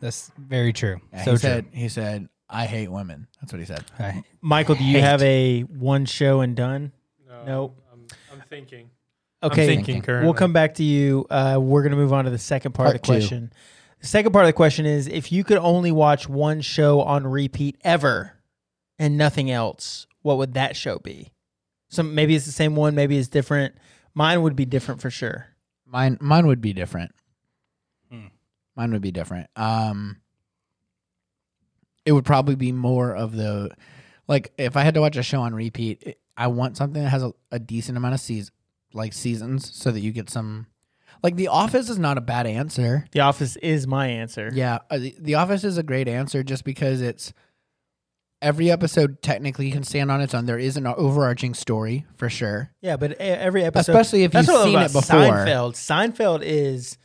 D: That's very true.
C: Yeah,
D: so
C: he
D: true.
C: said. He said, "I hate women." That's what he said.
D: I-
B: Michael, do you have a one show and done?
A: No,
B: Nope.
A: I'm, I'm thinking. I'm
B: Okay,
A: thinking currently.
B: we'll come back to you. Uh, we're gonna move on to the second part, of
C: Part
B: the
C: two.
B: question. The second part of the question is: If you could only watch one show on repeat ever and nothing else, what would that show be? Some maybe it's the same one, maybe it's different. Mine would be different for sure.
C: Mine. Mine would be different.
D: Hmm.
C: Mine would be different. Um, it would probably be more of the, like, if I had to watch a show on repeat, it, I want something that has a, a decent amount of seasons, like seasons, so that you get some. Like, The Office is not a bad answer.
B: The Office is my answer.
C: Yeah, uh, the, the Office is a great answer just because it's every episode technically can stand on its own. There is an overarching story for sure.
B: Yeah, but e- every episode,
C: Especially if
B: That's
C: you've
B: what I
C: seen
B: love
C: it before.
B: about Seinfeld. Seinfeld is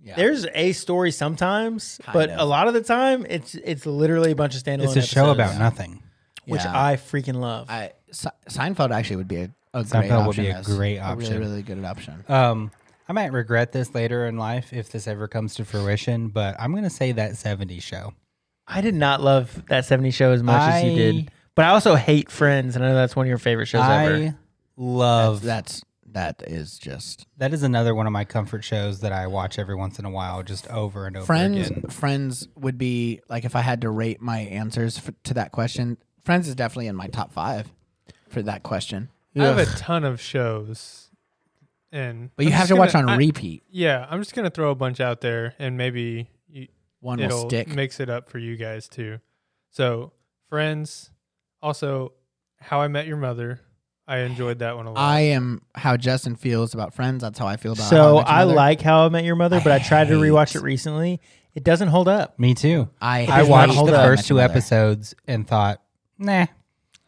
C: Yeah.
B: there's a story sometimes,
C: Kind
B: but
C: of.
B: a lot of the time it's it's literally a bunch of standalone.
D: it's a show
B: episodes,
D: about nothing.
B: which
C: Yeah.
B: I freaking love.
C: I Se- Seinfeld actually would be a, a great
D: Seinfeld
C: option.
D: would be a
C: as
D: great
C: really,
D: option.
C: really good option.
D: Um, I might regret this later in life if this ever comes to fruition, but I'm gonna say that '70s show.
B: I did not love that 70 show as much as you did.
D: I-
B: But I also hate Friends, and I know that's one of your favorite shows ever.
D: I love that.
C: That's that is just
D: That is another one of my comfort shows that I watch every once in a while, just over and over
C: Friends.
D: again.
C: Friends would be like if I had to rate my answers for, to that question. Friends is definitely in my top five for that question.
A: I have a ton of shows, and
C: But you
A: I'm
C: have
A: just
C: to watch
A: gonna-
C: on
A: I-
C: repeat.
A: Yeah, I'm just gonna throw a bunch out there, and maybe you,
C: One will
A: it'll
C: stick.
A: mix it up for you guys too. So, Friends, also How I Met Your Mother. I enjoyed that one a lot.
C: I am how Justin feels about Friends. That's how I feel about.
B: So
C: How Met Your
B: I
C: Mother.
B: like How I Met Your Mother, but I tried to
C: hate-
B: rewatch it recently. It doesn't hold up.
D: Me too.
C: I,
D: I
B: does
C: hate
B: not
D: watched
B: hold
D: the
B: up.
C: How I Met
D: first two
C: Your Mother.
D: episodes and thought, "Nah,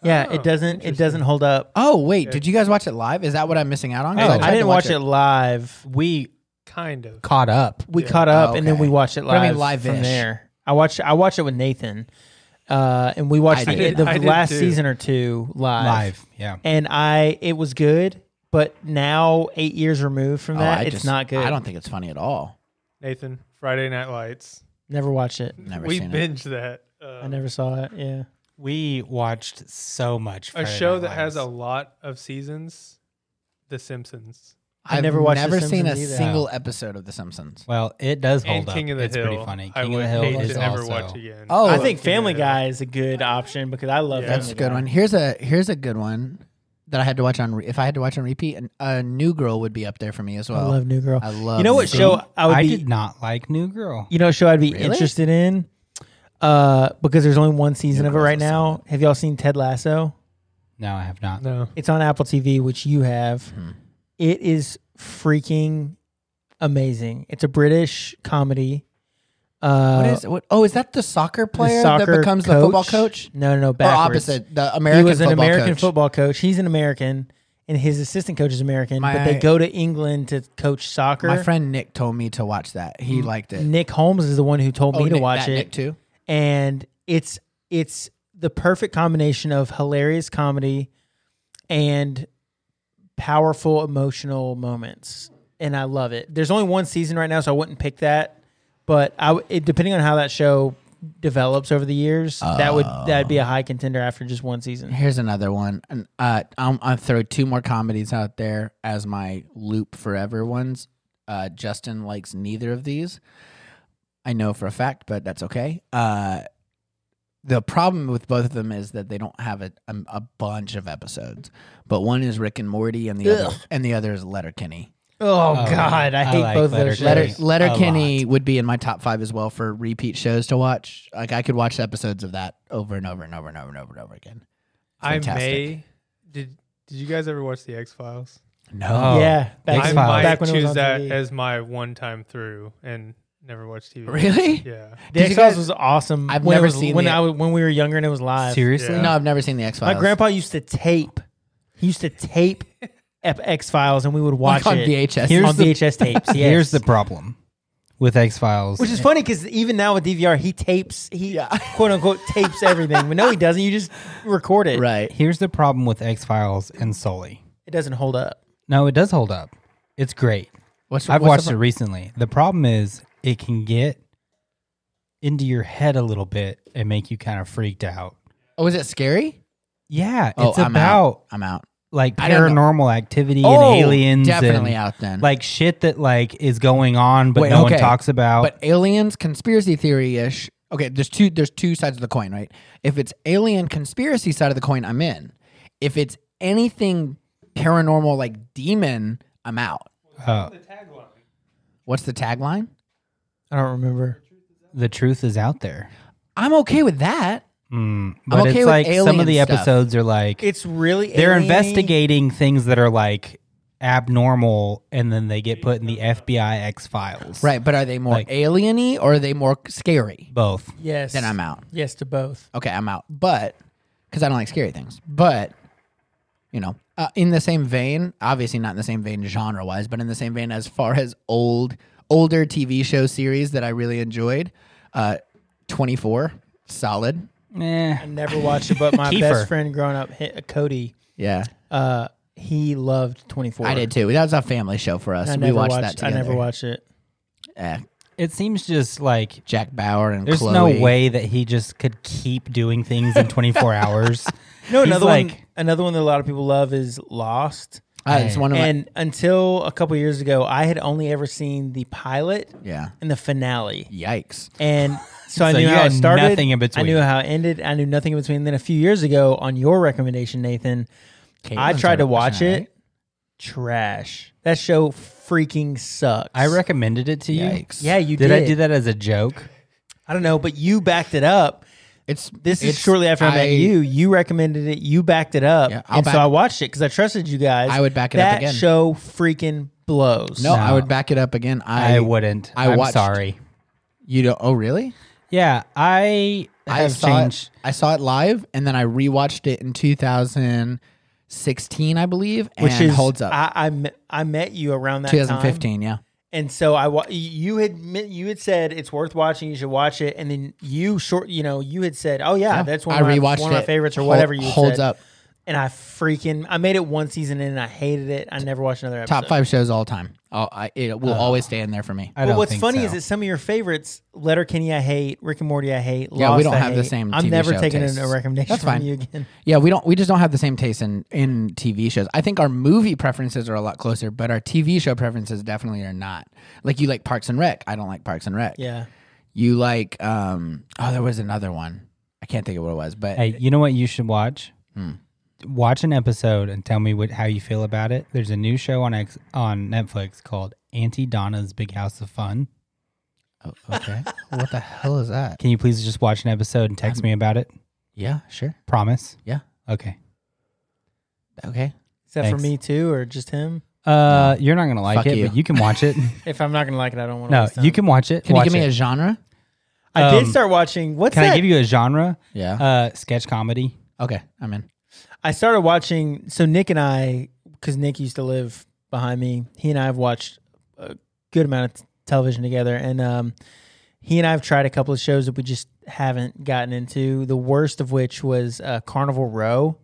B: Yeah,
A: Oh,
B: it doesn't. It doesn't hold up.
C: Oh wait, did you guys watch it live? Is that what I'm missing out on? 'Cause
D: Oh. I
B: I
C: tried to
B: didn't watch it, live.
D: We
A: Kind of.
D: caught up.
B: We
A: Yeah.
B: caught up
C: Oh,
B: and then
C: okay.
B: we watched it
C: But I
B: live.
C: mean,
B: from
C: live-ish.
B: there. I watched. I watched it with Nathan, uh, and we watched the,
C: I did.
B: the
A: I did
B: last
A: too.
B: season or two live.
D: Live. Yeah.
B: and I it was good, but now eight years removed from
C: Oh,
B: that,
C: I
B: it's
C: just-
B: not good.
C: I don't think it's funny at all.
A: Nathan, Friday Night Lights.
B: never watch it.
C: Never
A: we
C: seen it.
A: binged that. Um,
B: I never saw it. Yeah,
D: We watched so much.
A: a
D: Friday
A: show
D: Night
A: that has a
D: Lights.
A: lot of seasons. The Simpsons.
B: I never watched The
C: Never seen a
B: Simpsons either.
C: single episode of The Simpsons.
D: Well, it does hold
A: And
D: up.
A: King of the
D: it's
A: Hill.
D: pretty funny.
A: I
D: King
A: would
D: of the Hill
A: hate
D: is
A: to ever
D: also
A: watch again.
C: Oh,
B: I think
A: Family
B: Family
A: Guy.
B: Guy is a good option because I love
A: Yeah.
B: Family
C: That's a good
B: Guy.
C: one. Here's a here's a good one that I had to watch on. Re- if I had to watch on repeat, and a New Girl would be up there for me as well.
B: I love New Girl.
C: I love
B: you know what
C: New Girl.
B: show I would
D: I
B: be?
D: did not like New Girl.
B: You know what show I'd be
C: Really?
B: interested in? Uh, because there's only one season
C: New
B: of it
C: Girl's
B: right
C: a solid.
B: now. Have y'all seen Ted Lasso?
D: No, I have not.
A: No.
B: It's on Apple TV, which you have.
C: Hmm.
B: It is freaking amazing. It's a British comedy. Uh,
C: What is what? Oh, is that the soccer
B: the
C: player that
B: soccer
C: becomes the football coach?
B: No, no, no.
C: Or
B: Backwards.
C: opposite, the American
B: he was an
C: football
B: American
C: coach.
B: football coach. He's an American, and his assistant coach is American.
C: My-
B: but they go to England to coach soccer.
C: My friend Nick told me to watch that. He liked it.
B: Nick Holmes is the one who told
C: Oh,
B: me to
C: Nick-
B: watch
C: that
B: it,
C: Nick too.
B: and it's it's the perfect combination of hilarious comedy and powerful emotional moments, and I love it. There's only one season right now, so I wouldn't pick that, but I w- it, depending on how that show develops over the years, that would that'd
C: Oh.
B: be a high contender after just one season.
C: Here's another one. And uh, I'm, I'll throw two more comedies out there as my loop forever ones. Uh, Justin likes neither of these. I know for a fact, but that's okay. Uh, the problem with both of them is that they don't have a, a, a bunch of episodes. But one is Rick and Morty, and the other and the other is Letterkenny.
B: Oh,
D: Oh,
B: God, I
D: I
B: hate
D: like
B: both of those.
D: Letter-
B: shows.
C: Letter
D: Yes, a
C: Letterkenny would be in my top five as well for repeat shows to watch. Like I could watch episodes of that over and over and over and over and over and over again.
A: I
C: Fantastic.
A: may. Did Did you guys ever watch the X Files?
C: No,
B: yeah, back,
A: I
D: X-Files.
A: might
B: back when it was
A: choose
B: on
A: that
B: TV.
A: as my one time through and never watch TV.
C: really?
A: Yeah.
B: The
C: Did
B: X
C: you
B: Files
C: guys-
B: was awesome.
C: I've
B: when it
C: never
B: was,
C: seen
B: when
C: the-
B: I was, when we were younger and it was live.
D: Seriously?
A: Yeah.
C: No, I've never seen the X
B: My
C: Files.
B: grandpa used to tape. He used to tape X Files, and we would watch
C: on
B: it
C: VHS.
B: Here's
C: Here's
B: on
C: the-
B: VHS tapes. Yes.
D: Here's the problem with X Files.
B: which is funny because even now with DVR, he tapes. He quote unquote tapes everything, but no, he doesn't. You just record it.
C: right.
D: Here's the problem with X Files and Sully.
B: It doesn't hold up.
D: No, it does hold up. It's great.
C: What's,
D: I've
C: what's
D: watched
C: the-
D: it recently. The problem is it can get into your head a little bit and make you kind of freaked out.
C: Oh, is it scary?
D: Yeah,
C: Oh,
D: it's
C: I'm
D: about
C: out. I'm out.
D: like
C: I don't know.
D: paranormal activity
C: Oh,
D: and aliens
C: definitely
D: and
C: out then.
D: like shit that like is going on but
C: Wait,
D: no
C: okay.
D: one talks about.
C: But aliens, conspiracy theory ish. Okay, there's two. There's two sides of the coin, right? If it's alien conspiracy side of the coin, I'm in. If it's anything paranormal like demon, I'm out.
D: uh,
C: What's the tagline?
B: I don't remember.
D: the truth is out there.
C: I'm okay with that.
D: Mm. But
C: okay
D: it's
C: with
D: like some
C: alien
D: of the
C: stuff.
D: episodes are like
B: It's really
D: they're
B: alien-y.
D: investigating things that are like abnormal and then they get put in the FBI X files.
C: Right, but are they more
D: Like-
C: alieny or are they more scary?
D: Both.
B: Yes.
C: Then I'm out.
B: Yes to both.
C: Okay, I'm out. But because I don't like scary things. But you know, uh, in the same vein, obviously not in the same vein genre wise, but in the same vein as far as old older TV show series that I really enjoyed. Uh, Twenty Four, solid.
D: Eh.
B: I never watched it, but my
D: Kiefer.
B: best friend growing up, hit Cody,
C: Yeah,
B: uh, he loved 24.
C: I did too. That was a family show for us.
B: I
C: we
B: never
C: watched
B: watched
C: that together.
B: I never watched it.
C: Eh,
D: It seems just like
C: Jack Bauer and
D: there's
C: Chloe.
D: no way that he just could keep doing things in 24 hours.
B: No,
D: He's
B: another one.
D: like-
B: Another one that a lot of people love is Lost.
C: Uh, it's one of my,
B: And until a couple years ago, I had only ever seen the pilot
C: yeah.
B: and the finale,
C: Yikes.
B: and so, I
D: So
B: knew
D: you
B: how it
D: had
B: started.
D: nothing in
B: I
D: between.
B: knew how it ended. I knew nothing in between. Then a few years ago, on your recommendation, Nathan, I
C: Caitlin's
B: tried to
C: ever
B: watch
C: seen
B: it.
C: it, right?
B: Trash. That show freaking sucks.
D: I recommended it to you.
C: Yikes.
B: Yeah, you did.
D: Did I do that as a joke?
B: I don't know, but you backed it up.
C: It's
B: This is
C: it's-
B: shortly after I, met
C: I-
B: you. You recommended it. You backed it up,
C: Yeah, I'll
B: and so
C: back-
B: I watched it because I trusted you guys.
C: I would back it up
B: that
C: again.
B: show freaking blows.
C: No, I
D: No.
C: would back it up again. I,
D: I, wouldn't.
C: I
D: I am
C: watched-
D: sorry.
C: You don't. Oh, really?
D: Yeah, I
C: I
D: have
C: saw
D: changed.
C: It, I saw it live, and then I rewatched it in 2016, I believe,
B: which
C: and
B: is
C: holds up.
B: I, I met- I met you around that time.
C: 2015, yeah.
B: and so I wa- you had mi- you had said it's worth watching. You should watch it, and then you short you know you had said, oh yeah,
C: Yeah,
B: that's one
C: I
B: of my,
C: rewatched
B: one of my
C: it.
B: favorites or
C: Hol-
B: whatever you had
C: holds
B: said.
C: up.
B: And I freaking I made it one season in, and I hated it. I never watched another episode.
C: Top five shows all time. Oh, I, it will always stay in there for me.
D: I
B: But
D: don't
B: what's
D: think
B: funny
D: so.
B: is that some of your favorites, Letterkenny, I hate. Rick and Morty, I hate.
C: Yeah,
B: Lost,
C: we don't
B: I
C: have the
B: hate.
C: same
B: I'm
C: TV
B: never
C: show
B: taking
C: tastes.
B: a recommendation
C: That's
B: from
C: fine.
B: you again.
C: Yeah, we don't. We just don't have the same taste in in TV shows. I think our movie preferences are a lot closer, but our TV show preferences definitely are not. Like you like Parks and Rec. I don't like Parks and Rec.
B: Yeah,
C: You like um. Oh, there was another one. I can't think of what it was, but
D: Hey, you know what you should watch?
C: Hmm.
D: Watch an episode and tell me what how you feel about it. There's a new show on X, on Netflix called Auntie Donna's Big House of Fun.
C: oh, okay. what the hell is that?
D: Can you please just watch an episode and text me about it?
C: Yeah, sure.
D: Promise.
C: Yeah.
D: Okay.
C: Okay.
B: is that for
D: Thanks.
B: me too, or just him?
D: Uh, you're not gonna like
C: Fuck
D: it,
C: you.
D: but you can watch it.
B: If I'm not gonna like it, I don't want to.
D: no, you can watch it.
C: Can
D: watch
C: you give me
D: it.
C: a genre?
B: I did
D: um,
B: start watching. What's
D: Can
B: that?
D: I give you a genre?
C: Yeah.
D: Uh, sketch comedy.
C: Uh, okay, I'm in.
B: I started watching. So Nick and I, because Nick used to live behind me, he and I have watched a good amount of t- television together, and um, he and I have tried a couple of shows that we just haven't gotten into. The worst of which was uh, Carnival Row.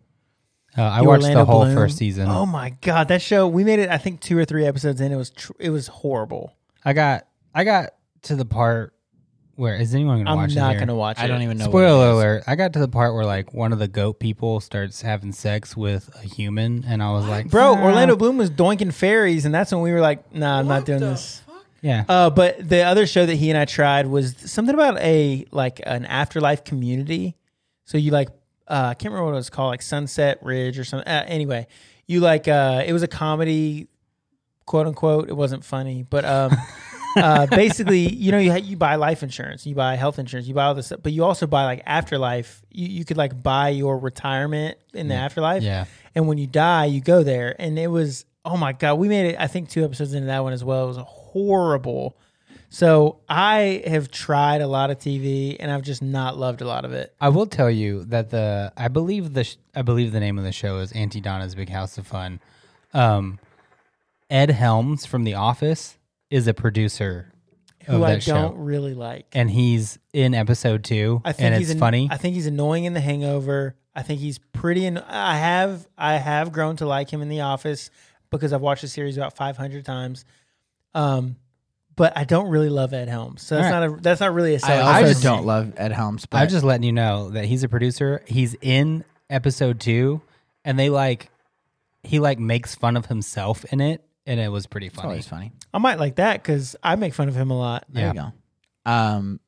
D: Uh, I
B: The
D: watched
B: Orlando
D: the whole
B: Bloom.
D: first season.
B: Oh my god, that show! We made it. I think two or three episodes in. It was tr- it was horrible.
D: I got I got to the part where is anyone gonna watch
B: I'm
D: it
B: not
D: here?
B: gonna watch it.
C: I don't even know. what it
D: Spoiler
C: is.
D: alert! I got to the part where like one of the goat people starts having sex with a human, and I was like,
B: Bro,
D: "Nah."
B: Orlando Bloom was doinking fairies, and that's when we were like, "Nah, I'm not doing this."
D: Yeah,
B: Uh, but the other show that he and I tried was something about a like an afterlife community. So you like uh, I can't remember what it was called, like Sunset Ridge or something. Uh, anyway, you like uh, it was a comedy, quote unquote. It wasn't funny, but um, uh, basically, you know, you ha- you buy life insurance, you buy health insurance, you buy all this stuff, but you also buy like afterlife. You you could like buy your retirement in the afterlife.
D: yeah.
B: And when you die, you go there. And it was, oh my God, we made it, I think, two episodes into that one as well. It was horrible. So I have tried a lot of TV and I've just not loved a lot of it.
D: I will tell you that the I believe the sh- I believe the name of the show is Auntie Donna's Big House of Fun. Um, Ed Helms from The Office is a producer of
B: Who I
D: that
B: don't
D: show,
B: really like.
D: and he's in episode two,
B: I think
D: and
B: he's
D: it's
B: an-
D: funny.
B: I think he's annoying in The Hangover. I think he's pretty. An- I have I have grown to like him in The Office because I've watched the series about 500 times. Um, but I don't really love Ed Helms, so that's
D: All
B: not a that's not really a
C: I
B: selling
C: also
B: point
C: just
B: for me.
C: don't love Ed Helms. But
D: I'm just letting you know that he's a producer. He's in episode two, and they like he like makes fun of himself in it, and it was pretty
C: it's
D: funny.
C: always funny.
B: I might like that because I make fun of him a lot.
C: There you go. Um,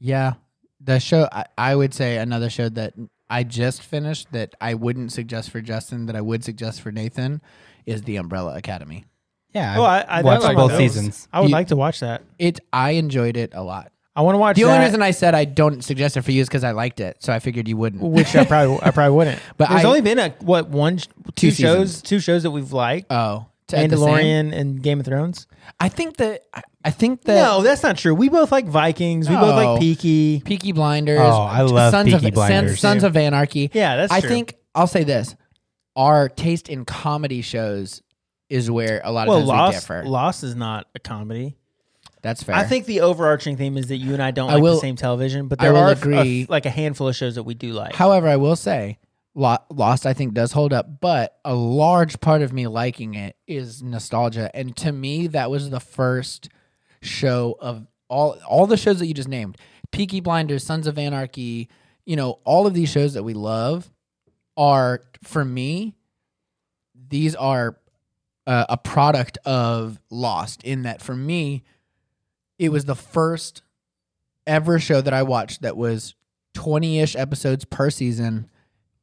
C: yeah, the show. I, I would say another show that I just finished that I wouldn't suggest for Justin that I would suggest for Nathan is The Umbrella Academy.
D: Yeah,
B: Oh,
D: I've
B: I- I
D: watched
A: like
D: both
A: those.
D: seasons.
B: I would
C: You-
B: like to watch that.
C: It I enjoyed it a lot.
B: I want to watch
C: The
B: that,
C: only reason I said I don't suggest it for you is because I liked it, so I figured you wouldn't.
B: which I probably I probably wouldn't.
C: But
B: there's
C: I-
B: only been a what one sh- two,
C: Two
B: shows
C: seasons.
B: two shows that we've liked:
C: oh, to at the same-
B: Mandalorian and Game of Thrones.
C: I think that I- I think that
B: no, that's not true. We both like Vikings. We both like
C: No.
B: Peaky.
C: Peaky Blinders.
D: Oh, I love
C: Sons
D: Peaky
C: of,
D: Blinders.
C: Sons, Sons of Anarchy.
B: Yeah, that's
C: I
B: true.
C: think I'll say this: our taste in comedy shows is where a lot of
B: Well,
C: times we
B: Lost
C: differ.
B: Lost is not a comedy.
C: That's fair.
B: I think the overarching theme is that you and I don't
C: I
B: like the
C: will-
B: same television, but
C: I
B: there
C: will
B: are a-
C: agree.
B: like a handful of shows that we do like.
C: However, I will say, Lo- Lost I think does hold up, but a large part of me liking it is nostalgia, and to me that was the first show of all all the shows that you just named: Peaky Blinders, Sons of Anarchy. You know, all of these shows that we love are for me. These are uh, a product of Lost in that for me, it was the first ever show that I watched that was 20 ish episodes per season.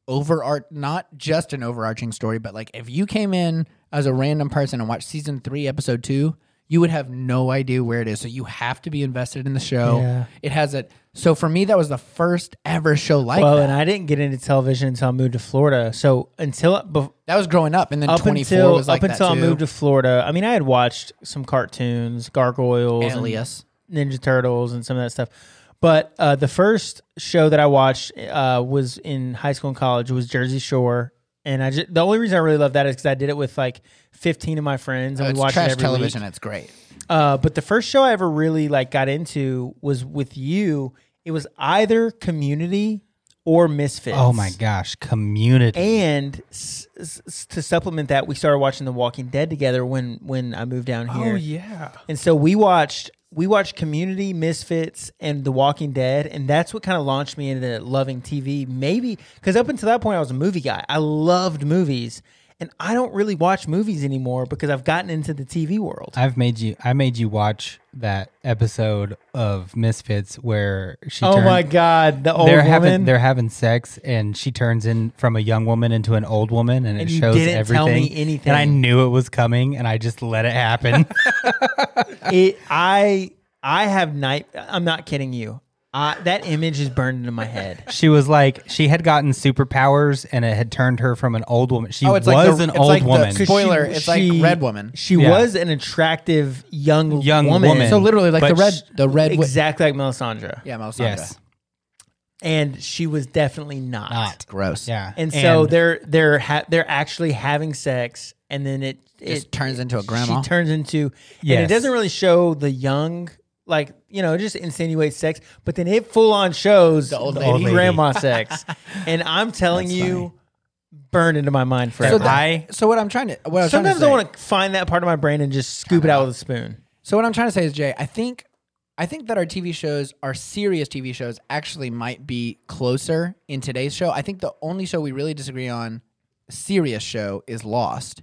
C: Overart, not just an overarching story, but like if you came in as a random person and watched season three, episode two, you would have no idea where it is. So you have to be invested in the show.
B: Yeah.
C: It has a so for me that was the first ever show like
B: well,
C: that.
B: and I didn't get into television until I moved to Florida. So until bef-
C: that was growing up, and then
B: up
C: twenty four
B: until
C: was like
B: up until
C: that
B: I
C: too.
B: moved to Florida. I mean, I had watched some cartoons, Gargoyles, and
C: Alias.
B: Ninja Turtles, and some of that stuff. But uh, the first show that I watched uh, was in high school and college was Jersey Shore, and I just, the only reason I really love that is because I did it with like fifteen of my friends and
C: It's
B: we watched it
C: trash
B: every
C: television.
B: week.
C: It's great.
B: Uh, but the first show I ever really like got into was with you. It was either Community or Misfits.
D: Oh my gosh, community.
B: And s- s- s- to supplement that, we started watching The Walking Dead together when when I moved down here.
C: Oh,
A: yeah.
B: And so we watched we watched Community, Misfits, and The Walking Dead, and that's what kind of launched me into loving TV. Maybe because up until that point, I was a movie guy. I loved movies, and I don't really watch movies anymore because I've gotten into the TV world.
D: I've made you. I made you watch that episode of Misfits where she.
B: oh
D: turned,
B: my God, the old
D: They're
B: woman.
D: having they're having sex, and she turns in from a young woman into an old woman, and,
B: And
D: it
B: you
D: shows
B: didn't
D: everything.
B: tell me anything.
D: and I knew it was coming, and I just let it happen.
B: it i i have night i'm not kidding you I, that image is burned into my head
D: she was like, she had gotten superpowers, and it had turned her from an old woman. She
C: Oh,
D: was
C: it's like the-
D: an
C: it's
D: old
C: like the-
D: woman.
B: 'Cause
C: Spoiler, it's like Red Woman.
B: she
D: Yeah.
B: was an attractive young
D: Young
B: woman,
D: woman.
C: So literally, like
D: But
C: the red,
D: sh-
C: the red. wi-
B: exactly like melisandre
C: yeah, Melisandre.
D: yes,
B: and she was definitely not,
D: Not.
C: Gross.
D: yeah.
B: and so
D: And-
B: they're they're ha- they're actually having sex and then it
C: Just
B: it
C: turns into a grandma.
B: she turns into and it
D: Yes.
B: doesn't really show the young like you know, it just insinuates sex, but then it full on shows the
C: old
D: lady.
B: grandma sex, and I'm telling
C: That's
B: you, burned into my mind forever.
C: So that-
D: I-
C: So what I'm trying to what I was trying to
B: Sometimes I
C: say-
B: want to find that part of my brain and just scoop it out with a spoon.
C: So what I'm trying to say is, Jay, I think, I think that our TV shows, our serious TV shows, actually might be closer in today's show. I think the only show we really disagree on, serious show, is Lost.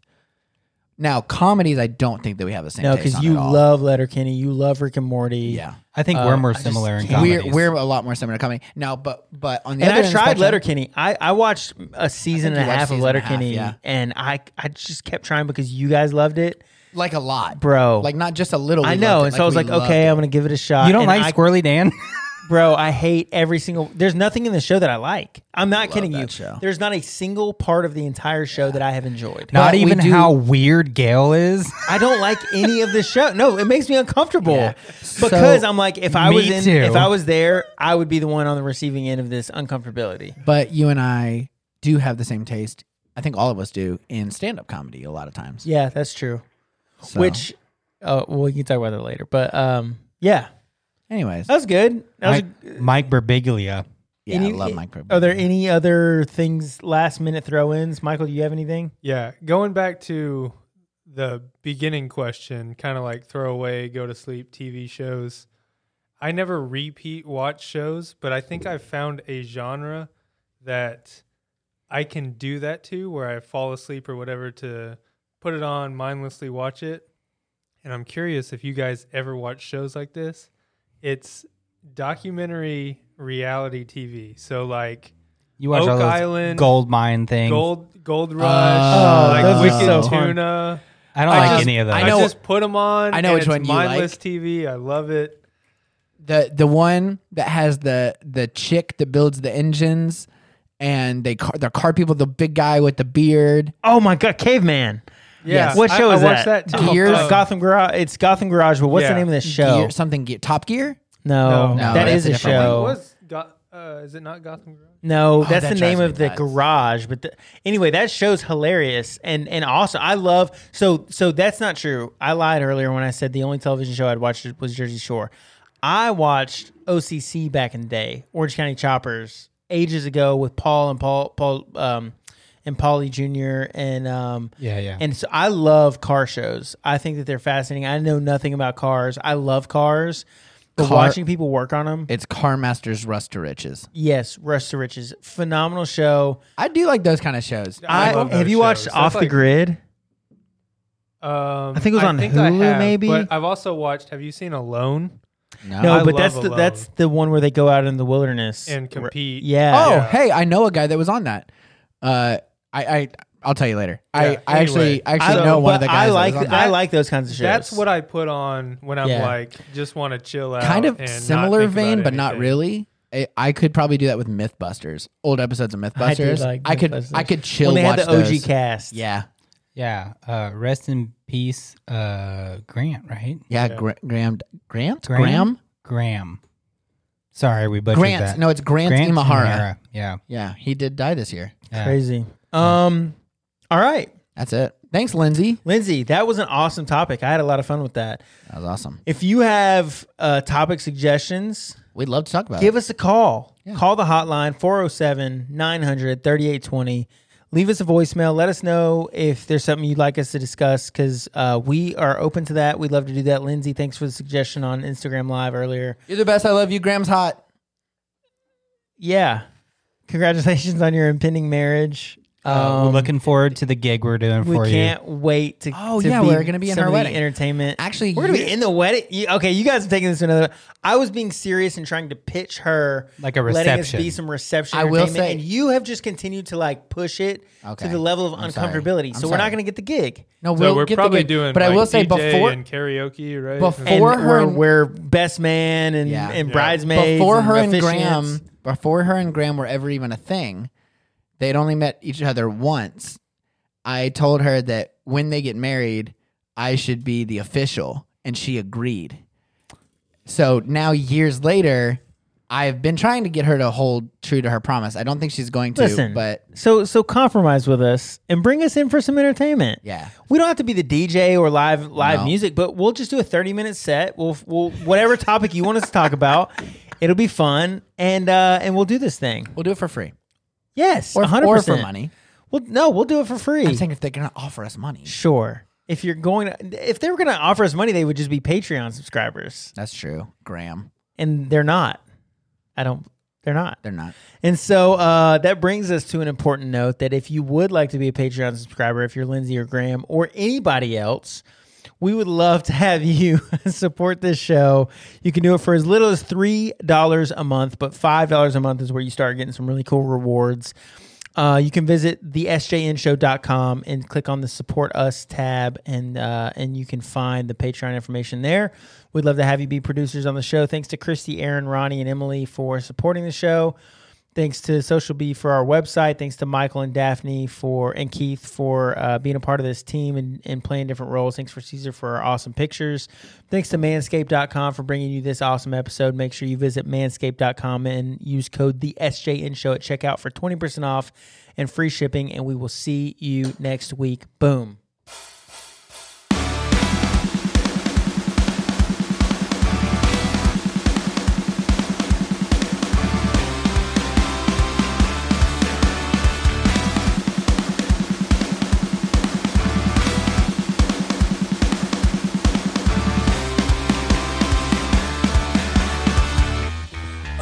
C: Now comedies, I don't think that we have the same.
B: No,
C: because
B: because you love Letterkenny, you love Rick and Morty.
C: yeah.
D: I think
B: Uh,
D: we're more
B: I just
D: similar in
B: can't-
D: comedies.
C: We're we're a lot more similar to comedy now, but but on the
B: And
C: other end
B: I
C: of the
B: tried
C: spectrum-
B: Letterkenny. I, I watched a season
C: you
B: and a
C: watched
B: half of
C: season and a half,
B: Letterkenny,
C: yeah.
B: and I I just kept trying because you guys loved it,
C: like a lot,
B: bro.
C: Like not just a little.
B: I
C: we
B: know,
C: loved it,
B: and so I was
C: we
B: like,
C: loved
B: okay,
C: it.
B: I'm gonna give it a shot.
D: you
B: And
D: don't like
B: I-
D: Squirrely Dan?
B: bro? I hate every single. There's nothing in the show that I like. I'm not kidding
C: that
B: you.
C: show.
B: There's not a single part of the entire show that I have enjoyed.
D: Not
C: we
D: even
C: do-
D: how weird Gail is.
B: I don't like any of the show. No, it makes me uncomfortable
C: Yeah.
B: because
C: So-
B: I'm like, if I
D: Me
B: was in,
D: too.
B: if I was there, I would be the one on the receiving end of this uncomfortability.
C: But you and I do have the same taste. I think all of us do in stand up comedy a lot of times.
B: Yeah, that's true.
C: So,
B: Which, uh, well, you can talk about that later. But um, yeah,
C: anyways,
B: that was good. That was.
D: Mike, Mike Birbiglia.
C: yeah,
B: any-
C: I love micro.
B: Are there any other things, last minute throw ins? Michael, do you have anything?
A: Yeah. Going back to the beginning question, kind of like throw away, go to sleep TV shows. I never repeat watch shows, but I think I've found a genre that I can do that to where I fall asleep or whatever to put it on, mindlessly watch it. And I'm curious if you guys ever watch shows like this. It's documentary reality TV. So, like,
D: You watch
A: Oak
D: all those
A: Island,
D: gold mine things.
A: Gold Gold Rush,
C: Oh,
A: like
B: those are
A: Wicked
B: so fun.
A: Tuna.
D: I don't
A: I
D: like
A: just-
D: any of those.
A: I,
C: I know-
A: just put them on.
C: I know
A: and
C: which
A: it's
C: one you like.
A: mindless TV. I love it.
C: the the one that has the the chick that builds the engines and they car, the car people, the big guy with the beard.
B: Oh my God, Caveman.
A: Yeah.
C: Yes.
B: What
A: I-
B: show
A: I,
B: is
A: watched
B: that?
A: that? too.
C: Gears?
B: Uh, Gotham Garage. It's Gotham Garage, but what's the
A: Yeah.
B: name of this show?
C: Gear, something gear, Top Gear.
B: No,
A: No.
C: No,
B: that
C: that's
B: is
C: a
B: a,
C: different
B: show.
A: What was Go- uh, is it not Gotham Garage?
B: No,
C: Oh, that
B: that's the
C: drives
B: name
C: me
B: of the
C: nuts.
B: garage. But the, anyway, that show's hilarious and and awesome. I love so so that's not true. I lied earlier when I said the only television show I'd watched was Jersey Shore. I watched OCC back in the day, Orange County Choppers, ages ago with Paul and Paul Paul um, and Paulie Jr. and um,
D: yeah, yeah.
B: and so I love car shows. I think that they're fascinating. I know nothing about cars. I love cars. But
C: Car-
B: watching people work on them,
C: It's Car Masters Rust to Riches.
B: yes, Rush to Riches, phenomenal show.
C: I do like those kind of shows.
B: I,
A: love
B: have
A: those
B: you
A: shows.
B: watched
A: That's
B: Off the
A: like-
B: Grid?
A: Um,
B: I think it was on
A: I
B: Hulu,
A: have,
B: maybe?
A: But I've also watched. Have you seen Alone
C: No.
B: No,
A: I
B: but
A: love
B: that's the,
A: Alone.
B: that's the one where they go out in the wilderness
A: and compete?
B: Yeah.
C: Oh,
A: Yeah.
C: hey, I know a guy that was on that. Uh, I, I I'll tell you later.
A: Yeah,
C: I, I
A: anyway.
C: actually I actually know one of the
B: but I
C: guys.
B: like
C: that was on
B: I
C: that.
B: like those kinds of shows.
A: That's what I put on when I'm
B: Yeah.
A: like just want to chill out.
C: kind of
A: Um, and not
C: similar
A: think about
C: vein, but not
A: anything.
C: really. I, I could probably do that with MythBusters, old episodes of
B: I do
C: MythBusters. I,
B: like
C: could
B: Mythbusters.
C: I could chill
B: when they had
C: watch
B: the OG
C: those.
B: cast.
C: Yeah,
D: yeah. Uh, rest in peace, uh, Grant. Right?
C: yeah. Gra- Graham, Grant,
D: Graham?
C: Graham,
D: Graham. Sorry, we butchered
C: Grant.
D: that.
C: No, it's Grant, Imahara.
D: Imahara, Yeah.
C: Yeah, he did die this year.
D: yeah.
B: Crazy. Um, all right,
C: That's it. Thanks, Lindsay.
B: Lindsay, that was an awesome topic. I had a lot of fun with that.
C: That was awesome.
B: If you have uh, topic suggestions,
C: We'd love to talk about
B: give
C: it.
B: us a call.
C: Yeah.
B: Call the hotline 407 900 3820. Leave us a voicemail. Let us know if there's something you'd like us to discuss because uh, we are open to that. We'd love to do that. Lindsay, thanks for the suggestion on Instagram Live earlier.
C: You're the best. I love you. Graham's hot.
B: Yeah. Congratulations on your impending marriage.
D: Uh,
C: Um,
D: we're looking forward to the gig we're doing
B: we
D: for you.
B: can't wait to.
C: Oh,
B: to
C: yeah,
B: be
C: we're gonna be in
B: some
C: her
B: of the
C: wedding.
B: Entertainment.
C: Actually,
B: we're gonna
C: you-
B: be in the wedding. You, okay, you guys are taking this to another. I was being serious and trying to pitch her
D: Like a
B: letting us
D: reception.
B: be some reception.
C: I will
B: entertainment,
C: say-
B: and you have just continued to like push it
C: Okay.
B: to the level of
C: I'm sorry.
B: uncomfortability.
C: I'm
B: So we're not
C: sorry.
B: gonna get the gig.
C: No,
A: So
C: we'll
A: we're
C: get
A: probably
C: the gig.
A: doing,
C: But I
A: like,
C: will say
A: DJ
C: before
A: and karaoke, right?
C: before-
B: And
C: For her
B: we're,
C: and-
B: we're best man and,
C: Yeah.
B: and
A: Yeah.
B: bridesmaids
C: before her and
B: officiants.
C: Graham, before her and Graham were ever even a thing, they'd only met each other once. I told her that when they get married, I should be the official, and she agreed. So now, years later, I've been trying to get her to hold true to her promise. I don't think she's going to,
B: Listen,
C: but
B: so so compromise with us and bring us in for some entertainment.
C: yeah,
B: We don't have to be the DJ or live live
C: No.
B: music, but we'll just do a thirty minute set. We'll we'll whatever topic you want us to talk about, it'll be fun, and uh, and we'll do this thing.
C: we'll do it for free
B: Yes,
C: or,
B: one hundred
C: or for
B: percent
C: money.
B: Well, no, we'll do it for
C: I'm
B: free.
C: saying if they're going to offer us money,
B: sure. If you're going, to, if they were going to offer us money, they would just be Patreon subscribers,
C: that's true. Graham,
B: and they're not. I don't. They're not.
C: they're not.
B: And so uh, that brings us to an important note that if you would like to be a Patreon subscriber, if you're Lindsay or Graham or anybody else, we would love to have you support this show. You can do it for as little as $3 a month, but $5 a month is where you start getting some really cool rewards. Uh, you can visit thesjnshow.com and click on the support us tab and uh, and you can find the Patreon information there. We'd love to have you be producers on the show. Thanks to Christy, Aaron, Ronnie, and Emily for supporting the show. Thanks to Social B for our website. Thanks to Michael and Daphne for and Keith for uh, being a part of this team and, and playing different roles. Thanks for Caesar for our awesome pictures. Thanks to manscaped.com for bringing you this awesome episode. Make sure you visit manscaped.com and use code the SJN show at checkout for 20% off and free shipping. And we will see you next week. Boom.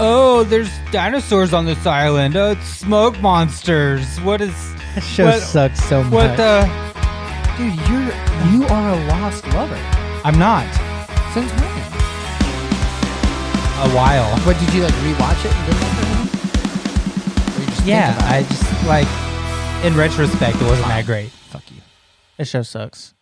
D: Oh, there's dinosaurs on this island. Oh, it's smoke monsters. What is
B: That show
D: What-
B: sucks so much.
D: what uh, the?
C: Dude, you're you are a lost lover.
D: I'm not.
C: Since when?
D: A while.
C: But did you like rewatch it and didn't like it? anymore? Or you just
D: Yeah,
C: think about
D: I
C: it?
D: just like in retrospect, it wasn't that great.
C: fuck you.
B: that show sucks.